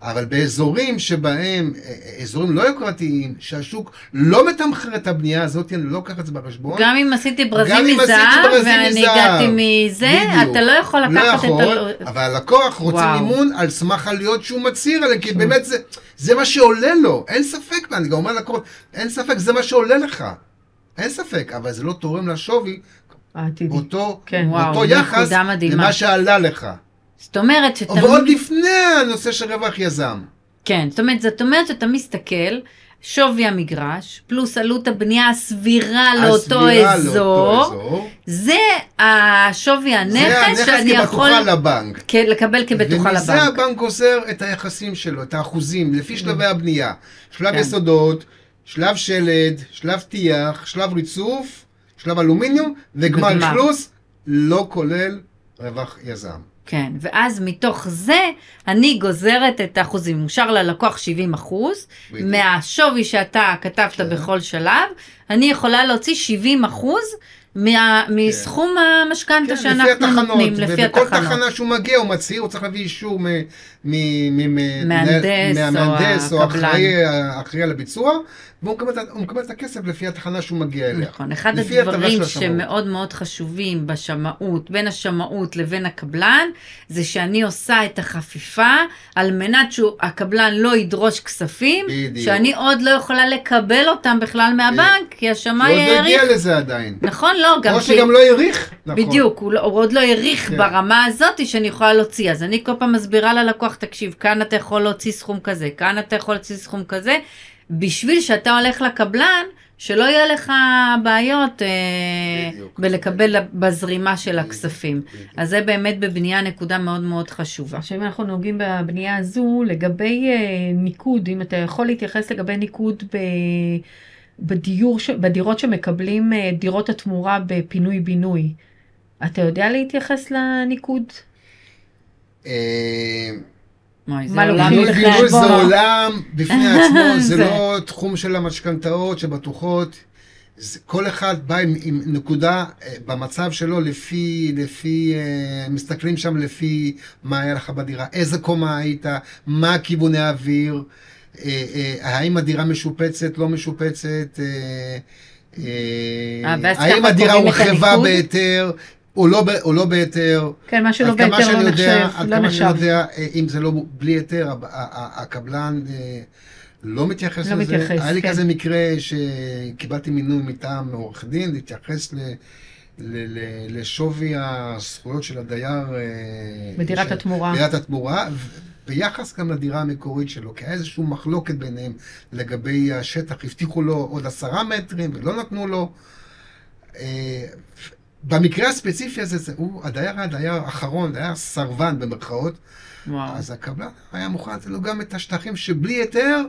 [SPEAKER 4] אבל באזורים שבהם, אה, אה, אזורים לא יוקרתיים, שהשוק לא מתמחר את הבנייה הזאת, אני לא לוקח את זה בחשבון.
[SPEAKER 3] גם אם עשיתי ברזים
[SPEAKER 4] גם אם עשיתי
[SPEAKER 3] מזהב,
[SPEAKER 4] ברזים
[SPEAKER 3] ואני
[SPEAKER 4] מזהב.
[SPEAKER 3] הגעתי מזה,
[SPEAKER 4] בדיוק.
[SPEAKER 3] אתה לא יכול
[SPEAKER 4] לא
[SPEAKER 3] לקחת את
[SPEAKER 4] יכול,
[SPEAKER 3] ה...
[SPEAKER 4] אבל הלקוח רוצה
[SPEAKER 3] וואו.
[SPEAKER 4] מימון על סמך עלויות שהוא מצהיר עליהן, כי
[SPEAKER 3] שהוא-
[SPEAKER 4] באמת זה- זה מה שעולה לו, אין ספק, ואני גם אומר לקוח, אין ספק, זה מה שעולה לך. אין ספק, אבל זה לא תורם לשווי
[SPEAKER 2] העתידי.
[SPEAKER 4] אותו
[SPEAKER 2] כן,
[SPEAKER 3] וואו,
[SPEAKER 4] אותו יחס
[SPEAKER 3] נקודה מדהימה.
[SPEAKER 4] למה שעלה לך.
[SPEAKER 3] זאת אומרת שאתה...
[SPEAKER 4] ועוד לפני הנושא של רווח יזם.
[SPEAKER 3] כן, זאת אומרת, זאת אומרת שאתה מסתכל, שווי המגרש, פלוס עלות הבנייה הסבירה לאותו
[SPEAKER 4] הסבירה לאותו
[SPEAKER 3] אזור,
[SPEAKER 4] אזור.
[SPEAKER 3] זה השווי
[SPEAKER 4] זה
[SPEAKER 3] הנכס
[SPEAKER 4] הנכס
[SPEAKER 3] שאני יכול
[SPEAKER 4] כבטוחה לבנק.
[SPEAKER 3] כ- לקבל כבטוחה
[SPEAKER 4] ומזה
[SPEAKER 3] לבנק. Mm.
[SPEAKER 4] הבנק גוזר את היחסים שלו, את האחוזים, לפי שלבי הבנייה. שלב
[SPEAKER 3] כן.
[SPEAKER 4] יסודות, שלב שלד, שלב טיח, שלב ריצוף, שלב אלומיניום, וגמר
[SPEAKER 3] וגמר.
[SPEAKER 4] אכלוס, לא כולל רווח יזם.
[SPEAKER 3] כן, ואז מתוך זה אני גוזרת את האחוזים. אושר ללקוח 70 אחוז,
[SPEAKER 4] בדיוק.
[SPEAKER 3] מהשווי שאתה כתבת
[SPEAKER 4] כן.
[SPEAKER 3] בכל שלב, אני יכולה להוציא 70 אחוז מסכום המשכנתה
[SPEAKER 4] כן,
[SPEAKER 3] שאנחנו נותנים, לפי
[SPEAKER 4] ובכל
[SPEAKER 3] התחנות.
[SPEAKER 4] תחנה שהוא מגיע, הוא מצהיר, הוא צריך להביא אישור מ- מ- מ- מ-
[SPEAKER 3] מהנדס או
[SPEAKER 4] מהמהנדס או
[SPEAKER 3] הקבלן.
[SPEAKER 4] האחראי- האחראי על הביצוע, והוא מקבל את- הוא מקבל את הכסף לפי התחנה שהוא מגיע אליה.
[SPEAKER 3] נכון, אחד
[SPEAKER 4] לפי הטבה
[SPEAKER 3] הדברים
[SPEAKER 4] של השמאות.
[SPEAKER 3] שמאוד מאוד חשובים בשמאות, בין השמאות לבין הקבלן, זה שאני עושה את החפיפה על מנת שהקבלן לא ידרוש כספים,
[SPEAKER 4] בדיוק.
[SPEAKER 3] שאני עוד לא יכולה לקבל אותם בכלל מהבנק, כי
[SPEAKER 4] הוא
[SPEAKER 3] השמאי
[SPEAKER 4] עוד לא
[SPEAKER 3] העריך.
[SPEAKER 4] הגיע לזה עדיין.
[SPEAKER 3] נכון, לא, גם
[SPEAKER 4] או
[SPEAKER 3] כי...
[SPEAKER 4] שגם לא העריך. נכון.
[SPEAKER 3] בדיוק, הוא, לא, הוא עוד לא העריך
[SPEAKER 4] כן.
[SPEAKER 3] ברמה הזאת שאני יכולה להוציא. אז אני כל פעם מסבירה ללקוח, תקשיב, כאן אתה יכול להוציא סכום כזה, כאן אתה יכול להוציא סכום כזה, בשביל שאתה הולך לקבלן, שלא יהיה לך בעיות אה,
[SPEAKER 4] בדיוק.
[SPEAKER 3] בלקבל בזרימה של
[SPEAKER 4] בדיוק.
[SPEAKER 3] הכספים.
[SPEAKER 4] בדיוק.
[SPEAKER 3] אז זה באמת בבנייה נקודה מאוד מאוד חשובה.
[SPEAKER 2] עכשיו אם אנחנו נוגעים בבנייה הזו, לגבי אה, ניקוד, אם אתה יכול להתייחס לגבי ניקוד ב... בדיור, ש- בדירות שמקבלים אה, דירות התמורה בפינוי-בינוי, אתה יודע להתייחס לניקוד?
[SPEAKER 4] אה,
[SPEAKER 3] אוי, זה
[SPEAKER 2] מה
[SPEAKER 3] עולם
[SPEAKER 2] לוקחים לך
[SPEAKER 4] פינוי
[SPEAKER 3] בפני
[SPEAKER 4] בינוי זה
[SPEAKER 2] חשבון.
[SPEAKER 3] עצמו.
[SPEAKER 4] עולם בפני עצמו, זה
[SPEAKER 3] זה-
[SPEAKER 4] לא תחום של המשכנתאות שבטוחות. זה- כל אחד בא עם, עם נקודה אה, במצב שלו לפי, לפי, אה, מסתכלים שם לפי מה היה לך בדירה, איזה קומה היית, מה כיווני האוויר, אה, אה, האם הדירה משופצת, לא משופצת, אה, אה,
[SPEAKER 3] אה, ואז
[SPEAKER 4] האם
[SPEAKER 3] ככה
[SPEAKER 4] הדירה
[SPEAKER 3] קובעים את
[SPEAKER 4] הורחבה
[SPEAKER 3] הניקוד?
[SPEAKER 4] בהיתר או לא, ב- או לא בהיתר,
[SPEAKER 2] כן, מה שלא
[SPEAKER 4] עד כמה
[SPEAKER 2] בהיתר
[SPEAKER 4] שאני
[SPEAKER 2] לא
[SPEAKER 4] יודע,
[SPEAKER 2] נחשב,
[SPEAKER 4] עד
[SPEAKER 2] לא
[SPEAKER 4] כמה שאני
[SPEAKER 2] נחשב.
[SPEAKER 4] יודע, אה, אם זה לא בלי היתר, הב- ה- ה- הקבלן אה, לא מתייחס
[SPEAKER 2] לא
[SPEAKER 4] לזה.
[SPEAKER 2] מתייחס,
[SPEAKER 4] היה לי
[SPEAKER 2] כן.
[SPEAKER 4] כזה מקרה שקיבלתי מינוי מטעם עורך דין להתייחס ל- ל- ל- לשווי הזכויות של הדייר. אה,
[SPEAKER 2] בדירת
[SPEAKER 4] של-
[SPEAKER 2] התמורה.
[SPEAKER 4] בירת התמורה, ו- ביחס גם לדירה המקורית שלו, כי היה איזושהי מחלוקת ביניהם לגבי השטח, הבטיחו לו עוד עשרה מטרים ולא נתנו לו. אה, במקרה הספציפי הזה, זה- הוא הדייר היה הדייר האחרון, דייר סרבן במרכאות,
[SPEAKER 3] וואו.
[SPEAKER 4] אז הקבלן היה מוכן לתת לו גם את השטחים שבלי היתר,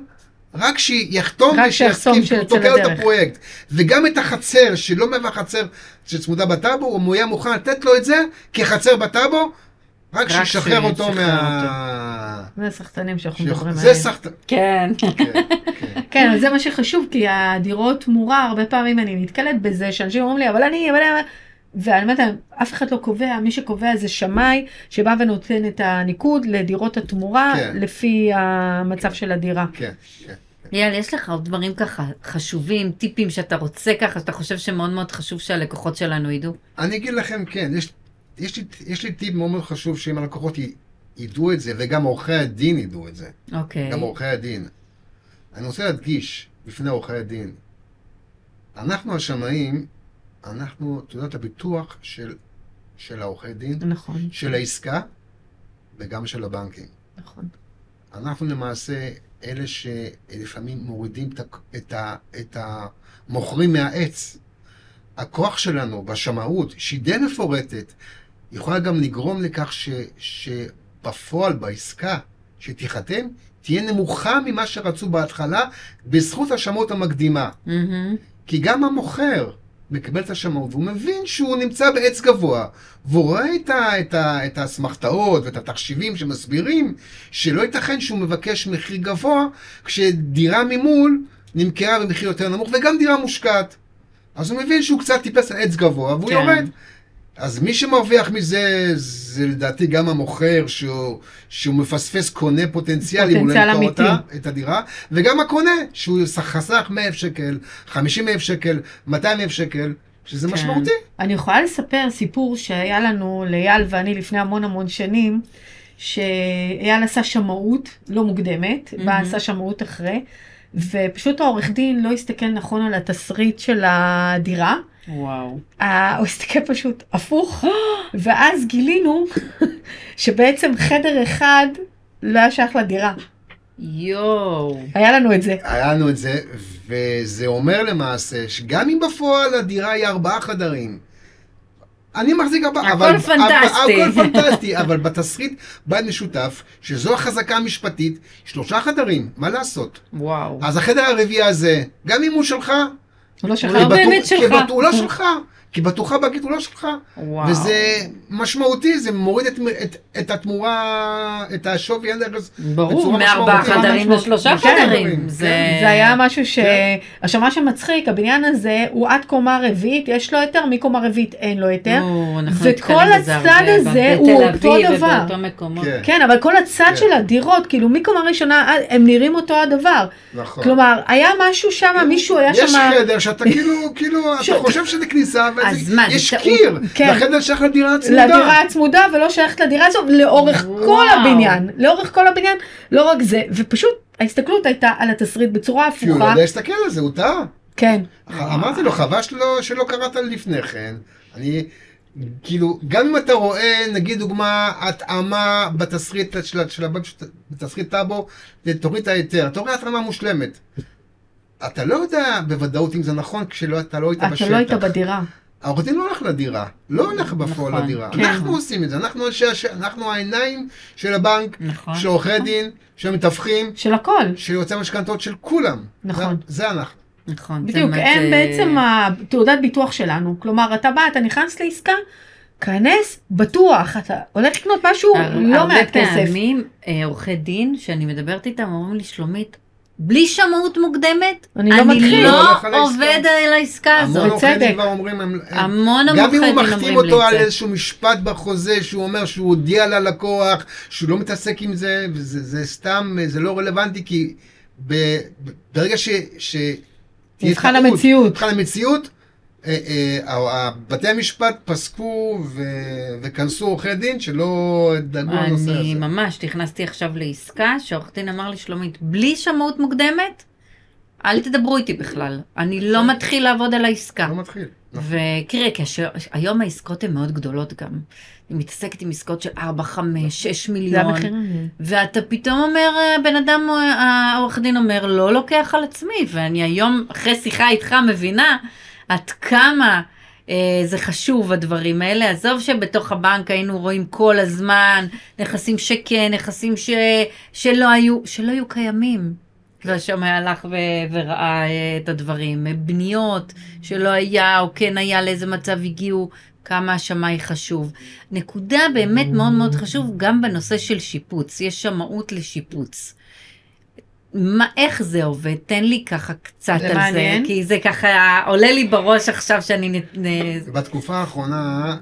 [SPEAKER 4] רק שיחתום
[SPEAKER 2] רק שיחתום
[SPEAKER 4] ושיסכים,
[SPEAKER 2] שיוצא
[SPEAKER 4] שהוא תוקע לו את
[SPEAKER 2] לדרך.
[SPEAKER 4] הפרויקט. וגם את החצר, שלא מהווה חצר שצמודה בטאבו, הוא היה מוכן לתת לו את זה כחצר בטאבו, רק
[SPEAKER 3] רק
[SPEAKER 4] שישחרר אותו
[SPEAKER 3] שישחרר
[SPEAKER 4] מה...
[SPEAKER 2] זה הסחטנים שאנחנו
[SPEAKER 4] שיח-
[SPEAKER 2] מדברים
[SPEAKER 4] זה
[SPEAKER 2] עליהם.
[SPEAKER 4] סחטן.
[SPEAKER 3] כן.
[SPEAKER 2] כן, אבל זה מה שחשוב, כי הדירות תמורה, הרבה פעמים אני נתקלת בזה, שאנשים אומרים לי, אבל אני, אבל אני... ואני אומרת, להם, אף אחד לא קובע, מי שקובע זה שמאי, שבא ונותן את הניקוד לדירות התמורה,
[SPEAKER 4] כן.
[SPEAKER 2] לפי המצב של הדירה.
[SPEAKER 4] כן, כן. כן.
[SPEAKER 3] ליאל, יש לך עוד דברים ככה חשובים, טיפים שאתה רוצה ככה, שאתה חושב שמאוד מאוד חשוב שהלקוחות שלנו ידעו?
[SPEAKER 4] אני אגיד לכם, כן, יש, יש, לי, יש לי טיפ מאוד מאוד חשוב שאם הלקוחות י, ידעו את זה, וגם עורכי הדין ידעו את זה.
[SPEAKER 3] אוקיי.
[SPEAKER 4] גם עורכי הדין. אני רוצה להדגיש בפני עורכי הדין, אנחנו השמאים, אנחנו תעודת הביטוח של, של העורכי דין,
[SPEAKER 2] נכון,
[SPEAKER 4] של העסקה וגם של הבנקים.
[SPEAKER 2] נכון.
[SPEAKER 4] אנחנו למעשה אלה שלפעמים מורידים את ה- את, ה, את המוכרים מהעץ. הכוח שלנו בשמאות, שהיא די מפורטת, יכולה גם לגרום לכך ש, שבפועל, בעסקה שתיחתם, תהיה נמוכה ממה שרצו בהתחלה, בזכות השמאות המקדימה.
[SPEAKER 3] מהמם.
[SPEAKER 4] כי גם המוכר מקבל את השמאות, והוא מבין שהוא נמצא בעץ גבוה, והוא רואה את, ה, את, ה, את האסמכתאות ואת התחשיבים שמסבירים שלא ייתכן שהוא מבקש מחיר גבוה, כשדירה ממול נמכרה במחיר יותר נמוך, וגם דירה מושקעת. אז הוא מבין שהוא קצת טיפס על עץ גבוה, והוא
[SPEAKER 3] כן.
[SPEAKER 4] כן. יורד. אז מי שמרוויח מזה, זה לדעתי גם המוכר, שהוא, שהוא מפספס קונה פוטנציאלי, הוא לא
[SPEAKER 2] פוטנציאל
[SPEAKER 4] ימכור אותה,
[SPEAKER 2] אמיתי.
[SPEAKER 4] את הדירה, וגם הקונה, שהוא חסך 100,000 שקל, 50,000 שקל, 200,000 שקל, שזה
[SPEAKER 3] כן.
[SPEAKER 4] משמעותי.
[SPEAKER 2] אני יכולה לספר סיפור שהיה לנו, לאייל ואני, לפני המון המון שנים, שאייל עשה שמאות לא מוקדמת,
[SPEAKER 3] מהמם.
[SPEAKER 2] בא עשה שמאות אחרי, ופשוט העורך דין לא הסתכל נכון על התסריט של הדירה.
[SPEAKER 3] וואו.
[SPEAKER 2] אה, הוא הסתכל פשוט הפוך, ואז גילינו שבעצם חדר אחד לא היה שייך לדירה.
[SPEAKER 3] יואו.
[SPEAKER 2] היה לנו את זה.
[SPEAKER 4] היה לנו את זה, וזה אומר למעשה, שגם אם בפועל הדירה היא ארבעה חדרים, אני מחזיק ארבעה,
[SPEAKER 3] הכל
[SPEAKER 4] אבל...
[SPEAKER 3] פנטסטי.
[SPEAKER 4] אבל- הכל פנטסטי, אבל בתסריט בית משותף, שזו החזקה המשפטית, שלושה חדרים, מה לעשות?
[SPEAKER 3] וואו.
[SPEAKER 4] אז החדר הרביעי הזה, גם אם הוא שלך,
[SPEAKER 2] הוא לא שייך
[SPEAKER 3] לא
[SPEAKER 4] כי בטוח-
[SPEAKER 3] באמת
[SPEAKER 4] כי
[SPEAKER 3] שלך.
[SPEAKER 4] בטוח- הוא לא שלך, כי בטוחה בגיד הוא לא שלך.
[SPEAKER 3] וואו.
[SPEAKER 4] וזה משמעותי, זה מוריד את, את, את התמורה, את השווי הנכס.
[SPEAKER 3] ברור,
[SPEAKER 4] בצורה
[SPEAKER 3] מארבעה
[SPEAKER 4] משמעותית.
[SPEAKER 3] חדרים
[SPEAKER 2] ממש
[SPEAKER 3] לשלושה
[SPEAKER 2] משמעותית. כן,
[SPEAKER 3] חדרים.
[SPEAKER 4] כן.
[SPEAKER 3] זה...
[SPEAKER 2] זה היה משהו ש... עכשיו מה שמצחיק, הבניין הזה הוא עד קומה רביעית, יש לו היתר, מקומה רביעית אין לו היתר.
[SPEAKER 3] נו, אנחנו
[SPEAKER 2] כן. וכל
[SPEAKER 3] נתקלים בזה הרבה
[SPEAKER 2] הצד הזה
[SPEAKER 3] ב-
[SPEAKER 2] הוא
[SPEAKER 3] בתל
[SPEAKER 2] אותו
[SPEAKER 3] אביב
[SPEAKER 2] דבר.
[SPEAKER 3] ובאותו מקומות.
[SPEAKER 4] כן.
[SPEAKER 2] כן, אבל כל הצד
[SPEAKER 4] כן.
[SPEAKER 2] של הדירות, כאילו מקומה ראשונה, עד- הם נראים אותו הדבר.
[SPEAKER 4] נכון.
[SPEAKER 2] כלומר, היה משהו שם, מישהו היה
[SPEAKER 4] יש
[SPEAKER 2] שם...
[SPEAKER 4] חדר שאתה כאילו, כאילו, אתה
[SPEAKER 2] ש-
[SPEAKER 4] חושב שזה כניסה,
[SPEAKER 3] אז
[SPEAKER 4] וזה-
[SPEAKER 3] מה, זה
[SPEAKER 4] יש
[SPEAKER 3] טעות?
[SPEAKER 4] קיר,
[SPEAKER 2] כן.
[SPEAKER 4] לחדר שייך לדירה הצמודה.
[SPEAKER 2] לדירה הצמודה ולא שייכת לדירה הזו לאורך
[SPEAKER 3] וואו.
[SPEAKER 2] כל הבניין, לאורך כל הבניין, לא רק זה, ופשוט ההסתכלות הייתה על התסריט בצורה
[SPEAKER 4] כי הוא לא
[SPEAKER 2] הפוכה,
[SPEAKER 4] יודע להסתכל על זה, הוא טעה.
[SPEAKER 2] כן,
[SPEAKER 4] אה, אמרתי לו, חבל שלא, שלא קראת לי לפני כן. אני, כאילו, גם אם אתה רואה, נגיד דוגמה, התאמה בתסריט של, של הבן של- בתסריט טאבו לתוכנית ההיתר, אתה רואה התאמה מושלמת. אתה לא יודע בוודאות אם זה נכון כשאתה לא היית בשטח.
[SPEAKER 2] אתה לא היית בדירה,
[SPEAKER 4] העורך דין לא הולך לדירה, לא הולך בפועל
[SPEAKER 3] נכון,
[SPEAKER 4] לדירה.
[SPEAKER 3] כן.
[SPEAKER 4] אנחנו עושים את זה, אנחנו, אנשי הש- אנחנו העיניים של הבנק,
[SPEAKER 3] נכון.
[SPEAKER 4] של עורכי דין, של המתווכים,
[SPEAKER 2] של הכל,
[SPEAKER 4] של יועצי המשכנתאות, של כולם.
[SPEAKER 2] נכון.
[SPEAKER 4] זה, זה אנחנו.
[SPEAKER 3] נכון. זה
[SPEAKER 2] בדיוק,
[SPEAKER 3] באמת,
[SPEAKER 2] הם
[SPEAKER 3] אה,
[SPEAKER 2] בעצם תעודת ביטוח שלנו, כלומר אתה בא, אתה נכנס לעסקה, כנס בטוח, אתה הולך לקנות משהו
[SPEAKER 3] הר-
[SPEAKER 2] לא מעט
[SPEAKER 3] הרבה
[SPEAKER 2] כסף,
[SPEAKER 3] פעמים אה, עורכי דין שאני מדברת איתם אומרים לי שלומית, בלי שמאות מוקדמת,
[SPEAKER 2] אני לא מתחיל."
[SPEAKER 3] אני
[SPEAKER 4] הוא
[SPEAKER 3] לא
[SPEAKER 4] הולך על העסקה.
[SPEAKER 3] עובד על העסקה
[SPEAKER 4] המון
[SPEAKER 3] הזאת.
[SPEAKER 4] עורכי
[SPEAKER 2] בצדק.
[SPEAKER 4] דין כבר אומרים, הם- הם-
[SPEAKER 3] המון
[SPEAKER 4] גם
[SPEAKER 3] עורכי
[SPEAKER 4] אם
[SPEAKER 3] דין
[SPEAKER 4] הוא
[SPEAKER 3] אומרים
[SPEAKER 4] מחתים
[SPEAKER 3] לי
[SPEAKER 4] אותו על
[SPEAKER 3] את זה.
[SPEAKER 4] איזשהו משפט בחוזה שהוא אומר שהוא הודיע ללקוח, שהוא לא מתעסק עם זה, וזה זה סתם, זה לא רלוונטי, כי ב- ברגע ש... ש- תהיה
[SPEAKER 2] מבחן
[SPEAKER 4] טעות,
[SPEAKER 2] המציאות,
[SPEAKER 4] מבחינת המציאות, אה, אה, ה- ה- בתי המשפט פסקו ו- וכנסו עורכי דין שלא דאגו לנושא
[SPEAKER 3] אני
[SPEAKER 4] הזה.
[SPEAKER 3] ממש נכנסתי עכשיו לעסקה שהעורך דין אמר לי שלומית, בלי שמאות מוקדמת, אל תדברו איתי בכלל, אני לא מתחיל לעבוד על העסקה.
[SPEAKER 4] לא מתחיל. נכון.
[SPEAKER 3] ותראה, כאשר, היום העסקות הן מאוד גדולות גם. אני מתעסקת עם עסקות של 4, 5, 6
[SPEAKER 2] זה
[SPEAKER 3] מיליון.
[SPEAKER 2] המחיר,
[SPEAKER 3] ואתה פתאום אומר, אה, בן אדם, אה, העורך דין אומר, לא לוקח על עצמי, ואני היום, אחרי שיחה איתך, מבינה עד כמה אה, זה חשוב, הדברים האלה. עזוב שבתוך הבנק היינו רואים כל הזמן נכסים שכן, נכסים ש... שלא, היו, שלא היו קיימים. והשמאי הלך ו... וראה אה, את הדברים. אה, בניות שלא היה, או כן היה, לאיזה מצב הגיעו, כמה השמאי חשוב. נקודה באמת מאוד מאוד חשוב גם בנושא של שיפוץ, יש שמאות לשיפוץ. מה, איך זה עובד? תן לי ככה קצת
[SPEAKER 2] זה
[SPEAKER 3] על
[SPEAKER 2] מעניין.
[SPEAKER 3] זה, כי זה ככה עולה לי בראש עכשיו שאני... נ- נ-
[SPEAKER 4] בתקופה האחרונה,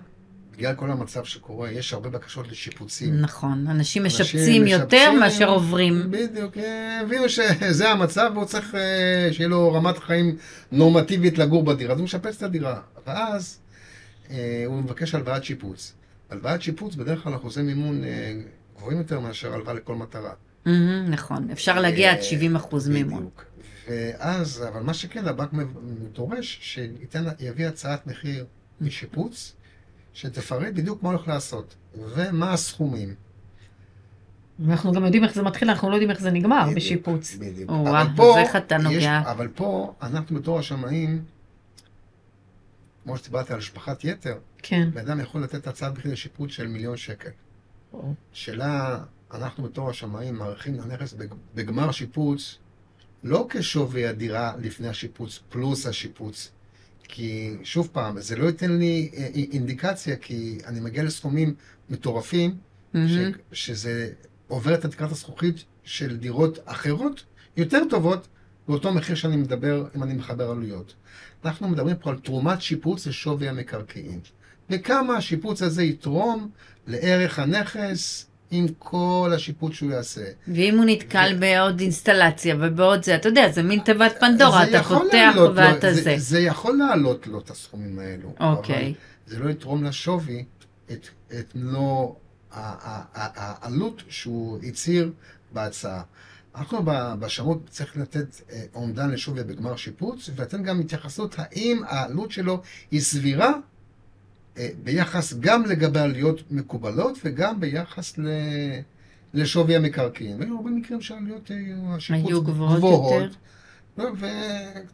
[SPEAKER 4] בגלל כל המצב שקורה, יש הרבה בקשות לשיפוצים.
[SPEAKER 3] נכון, אנשים
[SPEAKER 4] אנשים
[SPEAKER 3] משפצים יותר
[SPEAKER 4] משפצים,
[SPEAKER 3] מאשר עוברים.
[SPEAKER 4] בדיוק, אה, הבינו שזה המצב והוא צריך אה, שיהיה לו רמת חיים נורמטיבית לגור בדירה, אז הוא משפץ את הדירה. ואז אה, הוא מבקש הלוואת שיפוץ. הלוואת שיפוץ בדרך כלל אחוזי מימון אה, גבוהים יותר מאשר הלוואה לכל מטרה.
[SPEAKER 3] מהמם, נכון, אפשר להגיע עד 70% מימון.
[SPEAKER 4] בדיוק. ואז, אבל מה שכן, הבנק מב- דורש שיביא הצעת מחיר משיפוץ, שתפרט בדיוק מה הולך לעשות, ומה הסכומים.
[SPEAKER 2] אנחנו גם יודעים איך זה מתחיל, אנחנו לא יודעים איך זה נגמר
[SPEAKER 4] בדיוק,
[SPEAKER 2] בשיפוץ.
[SPEAKER 4] בדיוק.
[SPEAKER 3] או,
[SPEAKER 4] אבל
[SPEAKER 3] וואו,
[SPEAKER 4] פה
[SPEAKER 3] אז איך אתה
[SPEAKER 4] יש-
[SPEAKER 3] נוגע?
[SPEAKER 4] אבל פה, אנחנו בתור השמאים, כמו שדיברת על השפחת יתר,
[SPEAKER 2] כן.
[SPEAKER 4] בן אדם יכול לתת הצעת מחיר לשיפוץ של מיליון שקל. שאלה, אנחנו בתור השמאים מעריכים את הנכס בג- בגמר שיפוץ, לא כשווי הדירה לפני השיפוץ, פלוס השיפוץ. כי שוב פעם, זה לא ייתן לי אה, אי- אינדיקציה, כי אני מגיע לסכומים מטורפים,
[SPEAKER 3] מהמם.
[SPEAKER 4] ש, שזה עובר את תקרת הזכוכית של דירות אחרות, יותר טובות, באותו מחיר שאני מדבר, אם אני מחבר עלויות. אנחנו מדברים פה על תרומת שיפוץ לשווי המקרקעין. וכמה השיפוץ הזה יתרום לערך הנכס עם כל השיפוץ שהוא יעשה.
[SPEAKER 3] ואם הוא נתקל בעוד אינסטלציה ובעוד זה, אתה יודע, זה מין תיבת פנדורה,
[SPEAKER 4] זה
[SPEAKER 3] אתה
[SPEAKER 4] יכול
[SPEAKER 3] פותח
[SPEAKER 4] לעלות לו-
[SPEAKER 3] ואתה זה.
[SPEAKER 4] זה. זה יכול להעלות לו את הסכומים האלו.
[SPEAKER 3] אוקיי.
[SPEAKER 4] אבל זה לא יתרום לשווי את, את מלוא ה- ה- ה- העלות שהוא הצהיר בהצעה. אנחנו ב- בשמות צריך לתת אה, אומדן לשווי בגמר שיפוץ, ולתת גם התייחסות האם העלות שלו היא סבירה אה, ביחס גם לגבי עלויות מקובלות וגם ביחס ל... לשווי המקרקעין. היו הרבה מקרים שהעלויות אה, השיפוץ
[SPEAKER 3] היו גבוהות יותר.
[SPEAKER 4] לא,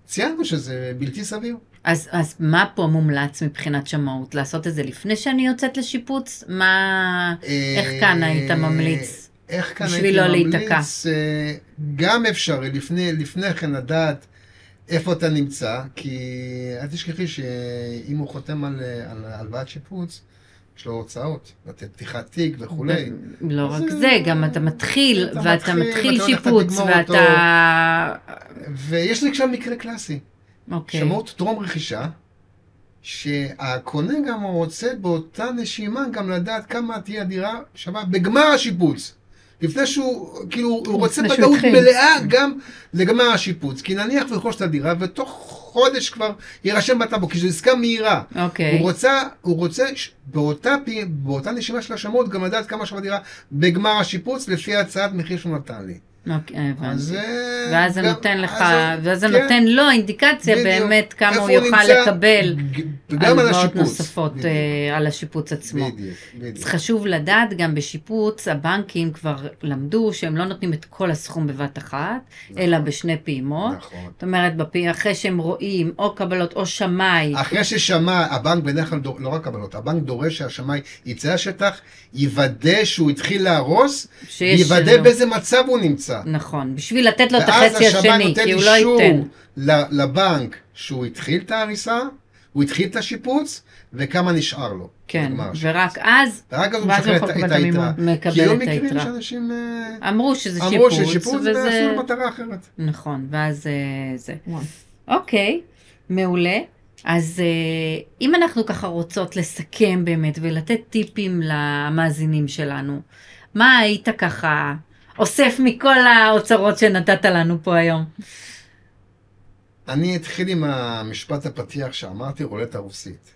[SPEAKER 4] וציינו שזה בלתי סביר.
[SPEAKER 3] אז, אז מה פה מומלץ מבחינת שמאות? לעשות את זה לפני שאני יוצאת לשיפוץ? מה... איך כאן
[SPEAKER 4] אה,
[SPEAKER 3] היית ממליץ?
[SPEAKER 4] איך כאן
[SPEAKER 3] בשביל
[SPEAKER 4] הייתי
[SPEAKER 3] לא
[SPEAKER 4] ממליץ?
[SPEAKER 3] להיתקע.
[SPEAKER 4] אה, גם אפשרי, לפני, לפני כן לדעת איפה אתה נמצא, כי אל תשכחי שאם הוא חותם על אה, על הלוואת שיפוץ, יש לו הוצאות, לתת פתיחת תיק וכולי.
[SPEAKER 3] לא
[SPEAKER 4] אז,
[SPEAKER 3] רק
[SPEAKER 4] אה,
[SPEAKER 3] זה, גם אתה מתחיל,
[SPEAKER 4] אתה
[SPEAKER 3] ואתה
[SPEAKER 4] מתחיל,
[SPEAKER 3] מתחיל
[SPEAKER 4] ואתה הולך, אתה
[SPEAKER 3] שיפוץ,
[SPEAKER 4] תגמור אותו.
[SPEAKER 3] ואתה...
[SPEAKER 4] ויש לי עכשיו מקרה קלאסי,
[SPEAKER 3] אוקיי.
[SPEAKER 4] שמאות טרום רכישה, שהקונה גם רוצה באותה נשימה גם לדעת כמה תהיה הדירה שווה בגמר השיפוץ. לפני שהוא, כאילו, הוא רוצה
[SPEAKER 2] לפני שהוא
[SPEAKER 4] ודאות
[SPEAKER 2] התחיל.
[SPEAKER 4] מלאה גם לגמר השיפוץ. כי נניח הוא ירכוש את הדירה, ותוך חודש כבר יירשם בטאבו, כי זו עסקה מהירה.
[SPEAKER 3] אוקיי.
[SPEAKER 4] הוא רוצה, הוא רוצה ש- באותה, פי, באותה נשימה של השמות גם לדעת כמה שווה דירה בגמר השיפוץ, לפי הצעת מחיר שהוא נתן לי.
[SPEAKER 3] אוקיי,
[SPEAKER 4] אז...
[SPEAKER 3] הבנתי.
[SPEAKER 4] אה,
[SPEAKER 3] ואז זה
[SPEAKER 4] גם-
[SPEAKER 3] נותן לך,
[SPEAKER 4] אז-
[SPEAKER 3] ואז זה
[SPEAKER 4] כן.
[SPEAKER 3] נותן לו אינדיקציה
[SPEAKER 4] בדיוק.
[SPEAKER 3] באמת כמה
[SPEAKER 4] איפה
[SPEAKER 3] הוא יוכל
[SPEAKER 4] נמצא?
[SPEAKER 3] לקבל
[SPEAKER 4] ג- וגם על
[SPEAKER 3] הלוואות
[SPEAKER 4] השיפוץ.
[SPEAKER 3] נוספות
[SPEAKER 4] בדיוק,
[SPEAKER 3] אה, על השיפוץ עצמו.
[SPEAKER 4] בדיוק,
[SPEAKER 3] אז
[SPEAKER 4] בדיוק.
[SPEAKER 3] חשוב לדעת, גם בשיפוץ, הבנקים כבר למדו שהם לא נותנים את כל הסכום בבת אחת, אלא בשני פעימות.
[SPEAKER 4] נכון.
[SPEAKER 3] זאת אומרת, בפי- אחרי שהם רואים או קבלות או שמאי,
[SPEAKER 4] אחרי ששמע, הבנק בדרך כלל, דור- לא רק קבלות, הבנק דורש שהשמאי יצא לשטח, יוודא שהוא התחיל להרוס,
[SPEAKER 3] שיש... אה,
[SPEAKER 4] יוודא
[SPEAKER 3] לנו-
[SPEAKER 4] באיזה מצב הוא נמצא.
[SPEAKER 3] נכון, בשביל לתת לו את
[SPEAKER 4] ואז
[SPEAKER 3] החצי
[SPEAKER 4] השמאי
[SPEAKER 3] השני,
[SPEAKER 4] נותן
[SPEAKER 3] כי הוא לא
[SPEAKER 4] אישור
[SPEAKER 3] ייתן.
[SPEAKER 4] ל- לבנק שהוא התחיל את ההריסה, הוא התחיל את השיפוץ, וכמה נשאר לו.
[SPEAKER 3] כן,
[SPEAKER 4] נגמר השיפוץ.
[SPEAKER 3] ורק אז
[SPEAKER 4] ואגב, הוא
[SPEAKER 2] ואז הוא
[SPEAKER 4] משחרר
[SPEAKER 2] יכול
[SPEAKER 4] את
[SPEAKER 2] לקבל
[SPEAKER 4] את
[SPEAKER 2] את המימון.
[SPEAKER 4] היתרה. אה, כי
[SPEAKER 3] מקבל
[SPEAKER 4] היו
[SPEAKER 3] את
[SPEAKER 4] מקרים
[SPEAKER 3] היתרה.
[SPEAKER 4] שאנשים אה,
[SPEAKER 3] אמרו שזה
[SPEAKER 4] אמרו
[SPEAKER 3] שיפוץ,
[SPEAKER 4] ששיפוץ זה
[SPEAKER 3] וזה...
[SPEAKER 4] עשו למטרה אחרת.
[SPEAKER 3] נכון, ואז אה, זה.
[SPEAKER 2] וואו.
[SPEAKER 3] אוקיי, מעולה. אז אה, אם אנחנו ככה רוצות לסכם באמת ולתת טיפים למאזינים שלנו, מה היית ככה אוסף מכל האוצרות שנתת לנו פה היום?
[SPEAKER 4] אני אתחיל עם המשפט הפתיח שאמרתי, רולטה רוסית.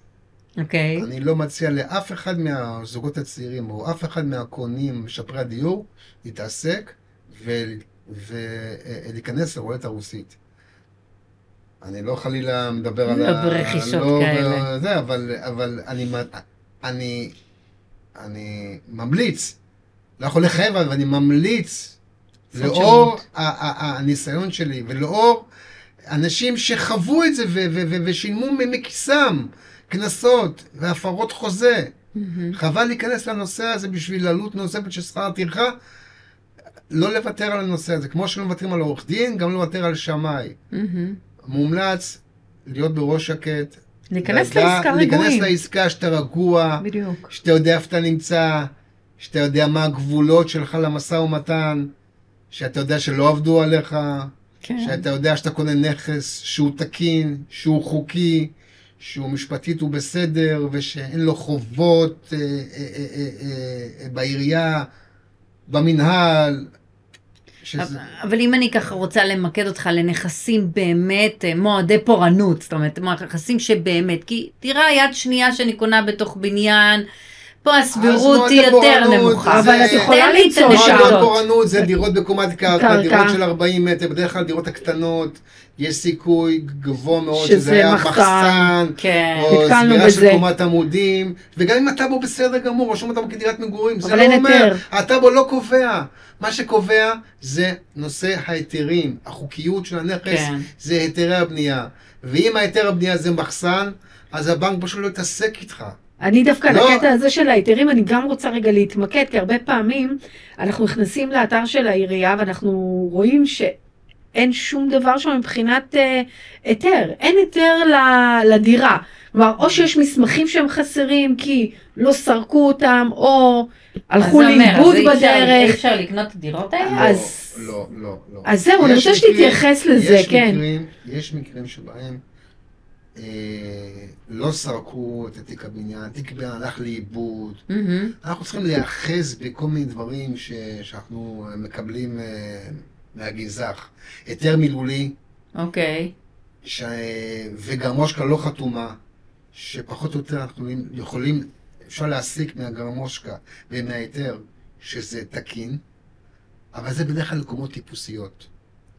[SPEAKER 3] אוקיי,
[SPEAKER 4] אני לא מציע לאף אחד מהזוגות הצעירים, או אף אחד מהקונים, משפרי הדיור, להתעסק ולהיכנס לרולטה הרוסית. אני לא חלילה מדבר על
[SPEAKER 3] לא ברכישות כאלה.
[SPEAKER 4] זה, אבל, אבל אני, מ- אני, אני ממליץ, לא יכול לחייב, אבל אני ממליץ,
[SPEAKER 3] לעשות
[SPEAKER 4] לאור
[SPEAKER 3] שמות.
[SPEAKER 4] ה- ה- ה- הניסיון שלי, ולאור אנשים שחוו את זה ו- ו- ו- ושילמו מכיסם קנסות והפרות חוזה.
[SPEAKER 3] מהמם.
[SPEAKER 4] חבל להיכנס לנושא הזה בשביל עלות נוספת של שכר הטרחה. לא לוותר על הנושא הזה. כמו שלא מוותרים על עורך דין, גם לא לוותר על שמאי.
[SPEAKER 3] מהמם.
[SPEAKER 4] מומלץ להיות בראש שקט.
[SPEAKER 2] להיכנס
[SPEAKER 4] לדע-
[SPEAKER 2] לעסקה
[SPEAKER 4] להיכנס
[SPEAKER 2] רגועים.
[SPEAKER 4] לעסקה שאתה רגוע,
[SPEAKER 2] בדיוק.
[SPEAKER 4] שאתה יודע איפה אתה נמצא, שאתה יודע מה הגבולות שלך למשא ומתן, שאתה יודע שלא עבדו עליך,
[SPEAKER 3] כן.
[SPEAKER 4] שאתה יודע שאתה קונה נכס שהוא תקין, שהוא חוקי, שהוא משפטית הוא בסדר, ושאין לו חובות אה, אה, אה, אה, אה, בעירייה, במינהל. שזה...
[SPEAKER 3] אבל אם אני ככה רוצה למקד אותך לנכסים באמת אה, מועדי פורענות, זאת אומרת, נכסים שבאמת, כי תראה יד שנייה שאני קונה בתוך בניין, פה הסבירות
[SPEAKER 4] מועדי
[SPEAKER 3] היא יותר
[SPEAKER 4] פורענות
[SPEAKER 3] נמוכה.
[SPEAKER 4] זה- אבל את
[SPEAKER 2] יכולה
[SPEAKER 3] תן לי את
[SPEAKER 2] למצוא
[SPEAKER 3] הנשמות.
[SPEAKER 2] שם.
[SPEAKER 4] מועדון פורענות זה דירות בקומת קרקע,
[SPEAKER 2] קרקע.
[SPEAKER 4] דירות של 40 מטר, בדרך כלל דירות הקטנות, יש סיכוי גבוה מאוד
[SPEAKER 2] שזה
[SPEAKER 4] שזה היה
[SPEAKER 2] מחסן.
[SPEAKER 4] מחסן,
[SPEAKER 3] כן.
[SPEAKER 4] או
[SPEAKER 2] נתקלנו
[SPEAKER 4] סגירה של
[SPEAKER 2] בזה.
[SPEAKER 4] קומת עמודים, וגם אם הטאבו בסדר גמור, רשום אותם כדירת מגורים, זה
[SPEAKER 2] אבל
[SPEAKER 4] לא
[SPEAKER 2] אין
[SPEAKER 4] אומר,
[SPEAKER 2] היתר.
[SPEAKER 4] הטאבו לא קובע. מה שקובע זה נושא ההיתרים, החוקיות של הנכס,
[SPEAKER 3] כן.
[SPEAKER 4] זה היתרי הבנייה. ואם ההיתר הבנייה זה מחסן, אז הבנק פשוט לא יתעסק איתך.
[SPEAKER 2] אני דווקא על
[SPEAKER 4] לא.
[SPEAKER 2] הקטע הזה של ההיתרים, אני גם רוצה רגע להתמקד, כי הרבה פעמים אנחנו נכנסים לאתר של העירייה ואנחנו רואים שאין שום דבר שם מבחינת אה, היתר, אין היתר ל- לדירה. כלומר, או שיש מסמכים שהם חסרים כי לא סרקו אותם, או הלכו
[SPEAKER 3] אז זה אומר, אז
[SPEAKER 2] לאיבוד
[SPEAKER 3] אי אפשר- אי
[SPEAKER 2] בדרך. אה.
[SPEAKER 3] אפשר לקנות את הדירות האלה?
[SPEAKER 4] לא,
[SPEAKER 2] אז-
[SPEAKER 4] לא, לא, לא.
[SPEAKER 2] אז זהו, אני
[SPEAKER 4] יש
[SPEAKER 2] רוצה
[SPEAKER 4] מקרים-
[SPEAKER 2] שתתייחס לזה,
[SPEAKER 4] יש
[SPEAKER 2] כן.
[SPEAKER 4] מקרים, יש מקרים שבהם אה, לא סרקו את תיק הבניין, תיק הבניין הלך לאיבוד.
[SPEAKER 3] מהמם.
[SPEAKER 4] אנחנו צריכים להיאחז בכל מיני דברים ש, שאנחנו מקבלים אה, מהגזח. היתר מילולי,
[SPEAKER 3] אוקיי.
[SPEAKER 4] ש, וגרמושקה לא חתומה, שפחות או יותר אנחנו יכולים- יכולים, אפשר להסיק מהגרמושקה ומההיתר שזה תקין, אבל זה בדרך כלל קומות טיפוסיות.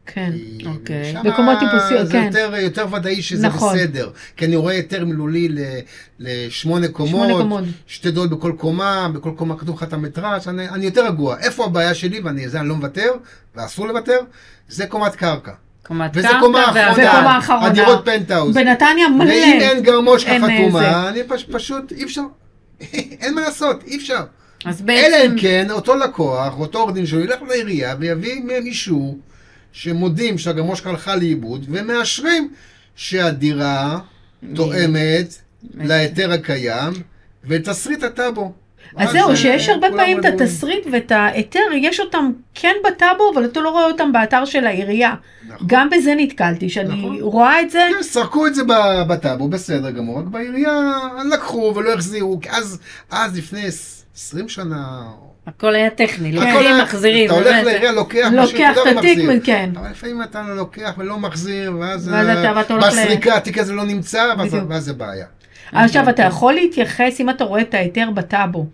[SPEAKER 2] כן.
[SPEAKER 4] כי
[SPEAKER 3] אוקיי.
[SPEAKER 4] שמה
[SPEAKER 2] מקומות טיפוסיות,
[SPEAKER 4] זה
[SPEAKER 2] כן.
[SPEAKER 4] יותר, יותר ודאי שזה
[SPEAKER 2] נכון.
[SPEAKER 4] בסדר. כי אני רואה היתר מילולי ל- לשמונה קומות,
[SPEAKER 2] שמונה קומות.
[SPEAKER 4] שתי דעות בכל קומה, בכל קומה כתוב לך את המטראז', אני, אני יותר רגוע. איפה הבעיה שלי, ואני זה אני לא מוותר, ואסור לוותר, זה קומת קרקע.
[SPEAKER 3] קומת
[SPEAKER 4] וזה
[SPEAKER 3] קרקע
[SPEAKER 4] קומה
[SPEAKER 2] וקומה
[SPEAKER 4] אחרונה,
[SPEAKER 2] אחרונה.
[SPEAKER 4] הדירות פנטהאוז.
[SPEAKER 2] בנתניה מלא.
[SPEAKER 4] ואם אין גרמושקה
[SPEAKER 2] אין, אה,
[SPEAKER 4] חתומה,
[SPEAKER 2] זה.
[SPEAKER 4] אני פש, פשוט, אי אפשר, אין מה לעשות, אי אפשר.
[SPEAKER 3] אז
[SPEAKER 4] אלא
[SPEAKER 3] בעצם,
[SPEAKER 4] אם כן, אותו לקוח, אותו עורך דין שלו, ילך לעירייה ויביא מהם אישור שמודים שהגרמושקה הלכה לאיבוד, ומאשרים שהדירה תואמת להיתר הקיים, ותסריט הטאבו.
[SPEAKER 2] אז זהו,
[SPEAKER 4] אה,
[SPEAKER 2] שיש הרבה
[SPEAKER 4] כולם
[SPEAKER 2] פעמים את
[SPEAKER 4] רגועים.
[SPEAKER 2] התסריט ואת ההיתר, יש אותם כן בטאבו, אבל אתה לא רואה אותם באתר של העירייה.
[SPEAKER 4] נכון.
[SPEAKER 2] גם בזה נתקלתי, שאני
[SPEAKER 4] נכון.
[SPEAKER 2] רואה את זה.
[SPEAKER 4] כן, סרקו את זה ב- בטאבו, בסדר גמור, רק בעירייה לקחו ולא החזירו, כי אז, אז לפני 20 שנה...
[SPEAKER 3] הכל היה טכני,
[SPEAKER 2] כן,
[SPEAKER 4] הכל
[SPEAKER 3] לוקחים,
[SPEAKER 4] היה-
[SPEAKER 3] מחזירים.
[SPEAKER 4] אתה הולך
[SPEAKER 3] באמת.
[SPEAKER 4] לעירייה, לוקח משהו,
[SPEAKER 2] לוקח
[SPEAKER 4] תודה,
[SPEAKER 2] את התיק,
[SPEAKER 4] ומחזיר.
[SPEAKER 2] כן.
[SPEAKER 4] אבל לפעמים אתה לוקח ולא מחזיר, ואז
[SPEAKER 2] ואז אתה-
[SPEAKER 4] אה,
[SPEAKER 2] ואתה הולך ל-
[SPEAKER 4] בסריקה התיק הזה לא נמצא, ואז-
[SPEAKER 2] בדיוק.
[SPEAKER 4] ואז זה בעיה. כן,
[SPEAKER 2] עכשיו, אתה יכול להתייחס, אם אתה רואה את ההיתר בטאבו,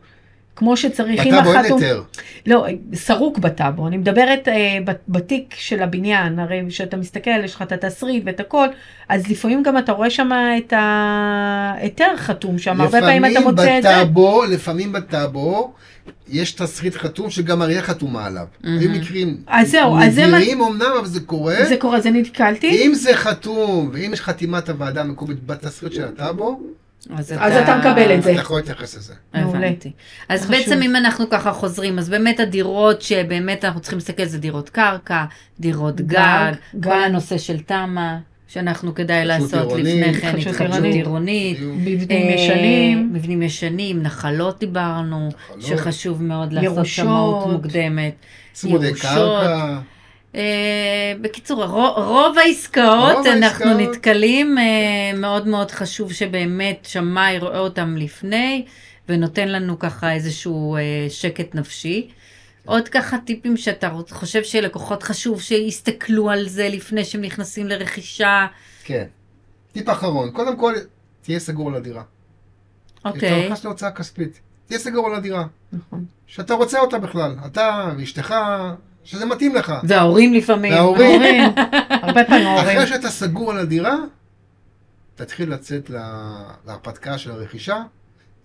[SPEAKER 2] כמו שצריך, אם
[SPEAKER 4] בטאבו אין
[SPEAKER 2] החתום...
[SPEAKER 4] היתר.
[SPEAKER 2] לא, סרוק בטאבו, אני מדברת אה, ב- בתיק של הבניין, הרי כשאתה מסתכל, יש לך את התסריט ואת הכל, אז לפעמים גם אתה רואה שם את ההיתר חתום שם, הרבה פעמים אתה
[SPEAKER 4] לפעמים
[SPEAKER 2] מוצא את זה.
[SPEAKER 4] בטאבו, לפעמים בטאבו, יש תסריט חתום שגם העירייה חתומה עליו. היו מקרים
[SPEAKER 2] אז זהו, אז זה מה-
[SPEAKER 4] נדירים אמנם, אבל זה קורה.
[SPEAKER 2] זה קורה, זה נתקלתי.
[SPEAKER 4] אם זה חתום, ואם יש חתימת הוועדה המקומית בתסריט של הטאבו,
[SPEAKER 2] אז אתה מקבל את זה. כן.
[SPEAKER 4] אתה יכול להתייחס לזה.
[SPEAKER 2] מעולה.
[SPEAKER 3] הבנתי. אז
[SPEAKER 2] חשוב.
[SPEAKER 3] בעצם אם אנחנו ככה חוזרים, אז באמת הדירות שבאמת אנחנו צריכים להסתכל זה דירות קרקע, דירות גג,
[SPEAKER 2] גג,
[SPEAKER 3] כל
[SPEAKER 2] גג.
[SPEAKER 3] הנושא של תמ"א, שאנחנו כדאי
[SPEAKER 4] התחדשות
[SPEAKER 3] לעשות לפני
[SPEAKER 4] עירונית.
[SPEAKER 3] כן,
[SPEAKER 2] התחדשות
[SPEAKER 3] התחדשות
[SPEAKER 2] עירונית.
[SPEAKER 3] עירונית.
[SPEAKER 4] בדיוק.
[SPEAKER 2] מבנים
[SPEAKER 3] אה,
[SPEAKER 2] ישנים.
[SPEAKER 3] מבנים ישנים, נחלות דיברנו,
[SPEAKER 4] נחלות.
[SPEAKER 3] שחשוב מאוד לעשות
[SPEAKER 2] ירושות.
[SPEAKER 3] שמאות מוקדמת.
[SPEAKER 4] צמודי
[SPEAKER 3] ירושות.
[SPEAKER 4] קרקע,
[SPEAKER 3] אה, בקיצור, הרו- רוב העסקאות
[SPEAKER 4] רוב
[SPEAKER 3] אנחנו
[SPEAKER 4] העסקאות.
[SPEAKER 3] נתקלים, אה, מאוד מאוד חשוב שבאמת שמאי רואה אותם לפני, ונותן לנו ככה איזשהו אה, שקט נפשי. עוד ככה טיפים שאתה רוצ- חושב שלקוחות חשוב שיסתכלו על זה לפני שהם נכנסים לרכישה.
[SPEAKER 4] כן. טיפ אחרון, קודם כל, תהיה סגור על הדירה. אתה
[SPEAKER 3] אוקיי,
[SPEAKER 4] נכנס להוצאה כספית, תהיה סגור על הדירה.
[SPEAKER 2] נכון.
[SPEAKER 4] שאתה רוצה אותה בכלל, אתה ואשתך, שזה מתאים לך.
[SPEAKER 3] וההורים לפעמים.
[SPEAKER 4] וההורים.
[SPEAKER 2] הורים, הרבה פעמים הורים.
[SPEAKER 4] אחרי שאתה סגור על הדירה, תתחיל לצאת לה- להרפתקה של הרכישה,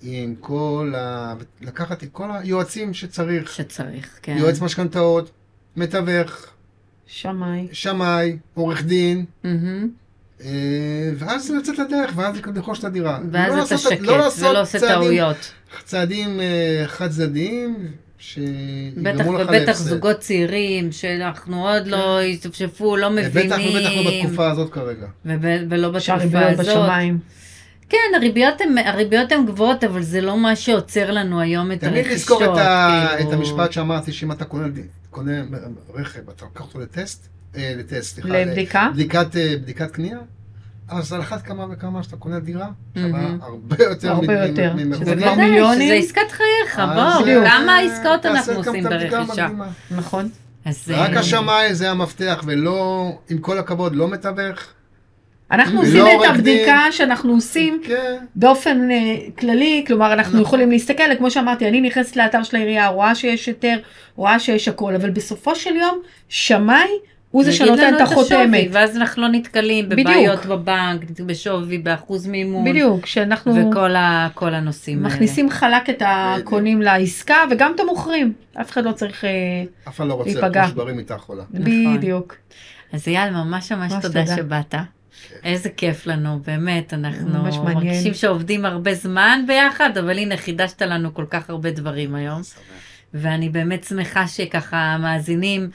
[SPEAKER 4] עם כל ה... לקחת את כל היועצים שצריך.
[SPEAKER 3] שצריך, כן.
[SPEAKER 4] יועץ משכנתאות, מתווך,
[SPEAKER 2] שמאי.
[SPEAKER 4] שמאי, עורך דין,
[SPEAKER 3] מהמם.
[SPEAKER 4] אה, ואז לצאת לדרך, ואז לרכוש את הדירה. לא
[SPEAKER 3] ואז אתה
[SPEAKER 4] לעשות-
[SPEAKER 3] שקט,
[SPEAKER 4] לא לעשות
[SPEAKER 3] ולא עושה
[SPEAKER 4] צעדים-
[SPEAKER 3] טעויות.
[SPEAKER 4] צעדים אה, חד צדדיים, שיגרמו לך כן.
[SPEAKER 3] בטח ובטח זוגות צעירים, שאנחנו עוד לא השתפשפו, לא מבינים.
[SPEAKER 4] אה, בטח ובטח לא בתקופה הזאת כרגע.
[SPEAKER 3] וב- ולא בתקופה
[SPEAKER 2] שהריביות
[SPEAKER 3] הזאת.
[SPEAKER 2] בשמיים.
[SPEAKER 3] כן, הריביות הן- הריביות הן גבוהות, אבל זה לא מה שעוצר לנו היום את הרכישות.
[SPEAKER 4] תמיד לזכור את, ה...
[SPEAKER 3] כאילו.
[SPEAKER 4] את המשפט שאמרתי, שאם אתה קונה, קונה רכב, אתה לוקח אותו לטסט, אה, לטסט, סליחה,
[SPEAKER 2] לבדיקה?
[SPEAKER 4] לבדיקת, אה, בדיקת קנייה, אז על אחת כמה וכמה שאתה קונה דירה, שווה
[SPEAKER 3] מהמם.
[SPEAKER 4] הרבה יותר
[SPEAKER 2] הרבה
[SPEAKER 4] ממ-
[SPEAKER 2] יותר,
[SPEAKER 4] ממחוז.
[SPEAKER 2] שזה כבר
[SPEAKER 4] אז,
[SPEAKER 3] בוודאי,
[SPEAKER 2] מיליונים.
[SPEAKER 3] Mhm. שזה עסקת חייך,
[SPEAKER 4] אה,
[SPEAKER 3] בואו,
[SPEAKER 2] בדיוק.
[SPEAKER 3] כמה
[SPEAKER 4] אה,
[SPEAKER 3] עסקאות
[SPEAKER 4] תעשה
[SPEAKER 3] אנחנו
[SPEAKER 4] גם את
[SPEAKER 3] עושים
[SPEAKER 4] הבדיקה
[SPEAKER 3] ברכישה.
[SPEAKER 4] המקדימה.
[SPEAKER 2] נכון.
[SPEAKER 3] אז,
[SPEAKER 4] רק
[SPEAKER 3] אה,
[SPEAKER 4] השמאי זה המפתח, ולא, עם כל הכבוד, לא מתווך.
[SPEAKER 2] אנחנו
[SPEAKER 4] לא
[SPEAKER 2] עושים את
[SPEAKER 4] עורך דין.
[SPEAKER 2] הבדיקה שאנחנו עושים
[SPEAKER 4] כן.
[SPEAKER 2] באופן אה, כללי, כלומר
[SPEAKER 4] נכון.
[SPEAKER 2] אנחנו יכולים להסתכל, כמו שאמרתי, אני נכנסת לאתר של העירייה, רואה שיש היתר, רואה שיש הכל, אבל בסופו של יום, שמאי הוא זה
[SPEAKER 3] יגיד
[SPEAKER 2] שנותן
[SPEAKER 3] לנו
[SPEAKER 2] את החותמת.
[SPEAKER 3] השווי, ואז אנחנו לא נתקלים
[SPEAKER 2] בדיוק.
[SPEAKER 3] בבעיות בבנק, בשווי, באחוז מימון,
[SPEAKER 2] בדיוק, שאנחנו
[SPEAKER 3] וכל ה- כל הנושאים האלה.
[SPEAKER 4] אה,
[SPEAKER 2] מכניסים חלק את הקונים לעסקה וגם את המוכרים, אף אחד לא צריך, אה,
[SPEAKER 4] אף אחד לא רוצה
[SPEAKER 2] להיפגע.
[SPEAKER 4] להפגוש דברים איתה חולה.
[SPEAKER 3] נכון.
[SPEAKER 2] בדיוק.
[SPEAKER 3] אז אייל, ממש ממש
[SPEAKER 2] ממש
[SPEAKER 3] תודה
[SPEAKER 2] תודה.
[SPEAKER 3] שבאת. איזה כיף לנו, באמת, אנחנו
[SPEAKER 2] ממש מעניין.
[SPEAKER 3] מרגישים שעובדים הרבה זמן ביחד, אבל הנה, חידשת לנו כל כך הרבה דברים היום, ואני באמת שמחה שככה המאזינים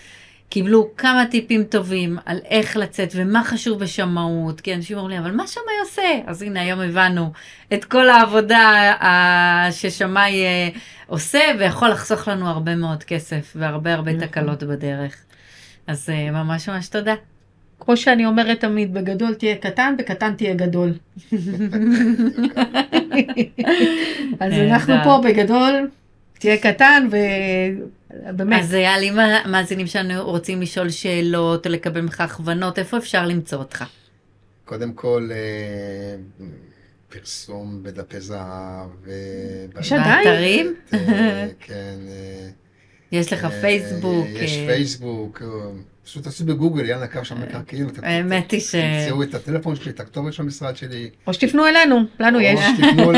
[SPEAKER 3] קיבלו כמה טיפים טובים על איך לצאת ומה חשוב בשמאות, כי אנשים אומרים לי, אבל מה שמאי עושה? אז הנה, היום הבנו את כל העבודה אה, ששמאי אה, עושה, ויכול לחסוך לנו הרבה מאוד כסף והרבה הרבה
[SPEAKER 2] נכון.
[SPEAKER 3] תקלות בדרך. אז אה, ממש ממש תודה.
[SPEAKER 2] כמו שאני אומרת תמיד, בגדול תהיה קטן, בקטן תהיה גדול. אז
[SPEAKER 4] כן,
[SPEAKER 3] נהדר.
[SPEAKER 2] אנחנו פה בגדול, תהיה קטן ובאמת.
[SPEAKER 3] אז אייל, אם המאזינים שלנו רוצים לשאול שאלות, או לקבל ממך הכוונות, איפה אפשר למצוא אותך?
[SPEAKER 4] קודם כל, אה, פרסום בדפי זהב. אה,
[SPEAKER 2] יש
[SPEAKER 4] באינטרנט,
[SPEAKER 2] עדיין?
[SPEAKER 3] באתרים?
[SPEAKER 4] אה, כן. אה,
[SPEAKER 3] יש לך
[SPEAKER 4] אה,
[SPEAKER 3] פייסבוק.
[SPEAKER 4] יש
[SPEAKER 3] אה,
[SPEAKER 4] פייסבוק. אה, פשוט תעשו בגוגל, יאללה, קו שם מקרקעין. אתם
[SPEAKER 3] האמת אה. היא ש...
[SPEAKER 4] תמצאו את הטלפון שלי, את הכתובת של המשרד שלי.
[SPEAKER 2] או שתפנו אלינו, לנו יש.
[SPEAKER 4] או שתפנו ל...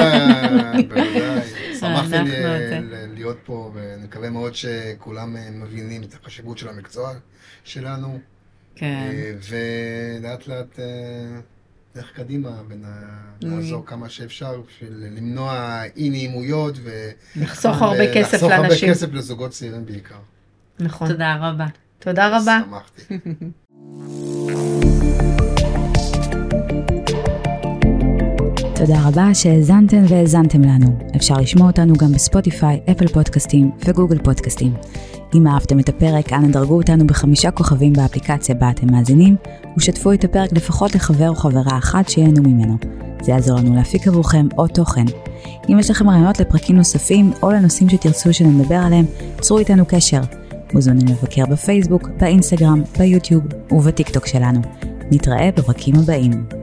[SPEAKER 4] בוודאי. שמחתי
[SPEAKER 3] אה, אנחנו
[SPEAKER 4] ל-
[SPEAKER 3] את
[SPEAKER 4] ל- להיות פה, ואני מקווה מאוד שכולם אה, מבינים את החשיבות של המקצוע שלנו.
[SPEAKER 3] כן.
[SPEAKER 4] אה, ולאט לאט אה, נלך קדימה
[SPEAKER 2] Mm.
[SPEAKER 4] ונעזור כמה שאפשר בשביל למנוע אי נעימויות ו-
[SPEAKER 2] נחסוך הרבה כסף
[SPEAKER 4] ולחסוך הרבה
[SPEAKER 2] לאנשים.
[SPEAKER 4] כסף לזוגות צעירים בעיקר. אה,
[SPEAKER 2] נכון.
[SPEAKER 3] תודה רבה.
[SPEAKER 2] תודה רבה.
[SPEAKER 4] שמחתי.
[SPEAKER 1] תודה רבה שהאזנתן והאזנתם לנו. אפשר לשמוע אותנו גם בספוטיפיי, אפל פודקאסטים וגוגל פודקאסטים. אם אהבתם את הפרק, אנא דרגו אותנו בחמישה כוכבים באפליקציה בה אתם מאזינים, ושתפו את הפרק לפחות לחבר או חברה אחת שיהנו ממנו. זה יעזור לנו להפיק עבורכם עוד תוכן. אם יש לכם רעיונות לפרקים נוספים, או לנושאים שתרצו שנדבר עליהם, צרו איתנו קשר. מוזמנים לבקר בפייסבוק, באינסטגרם, ביוטיוב ובטיקטוק שלנו. נתראה בפרקים הבאים.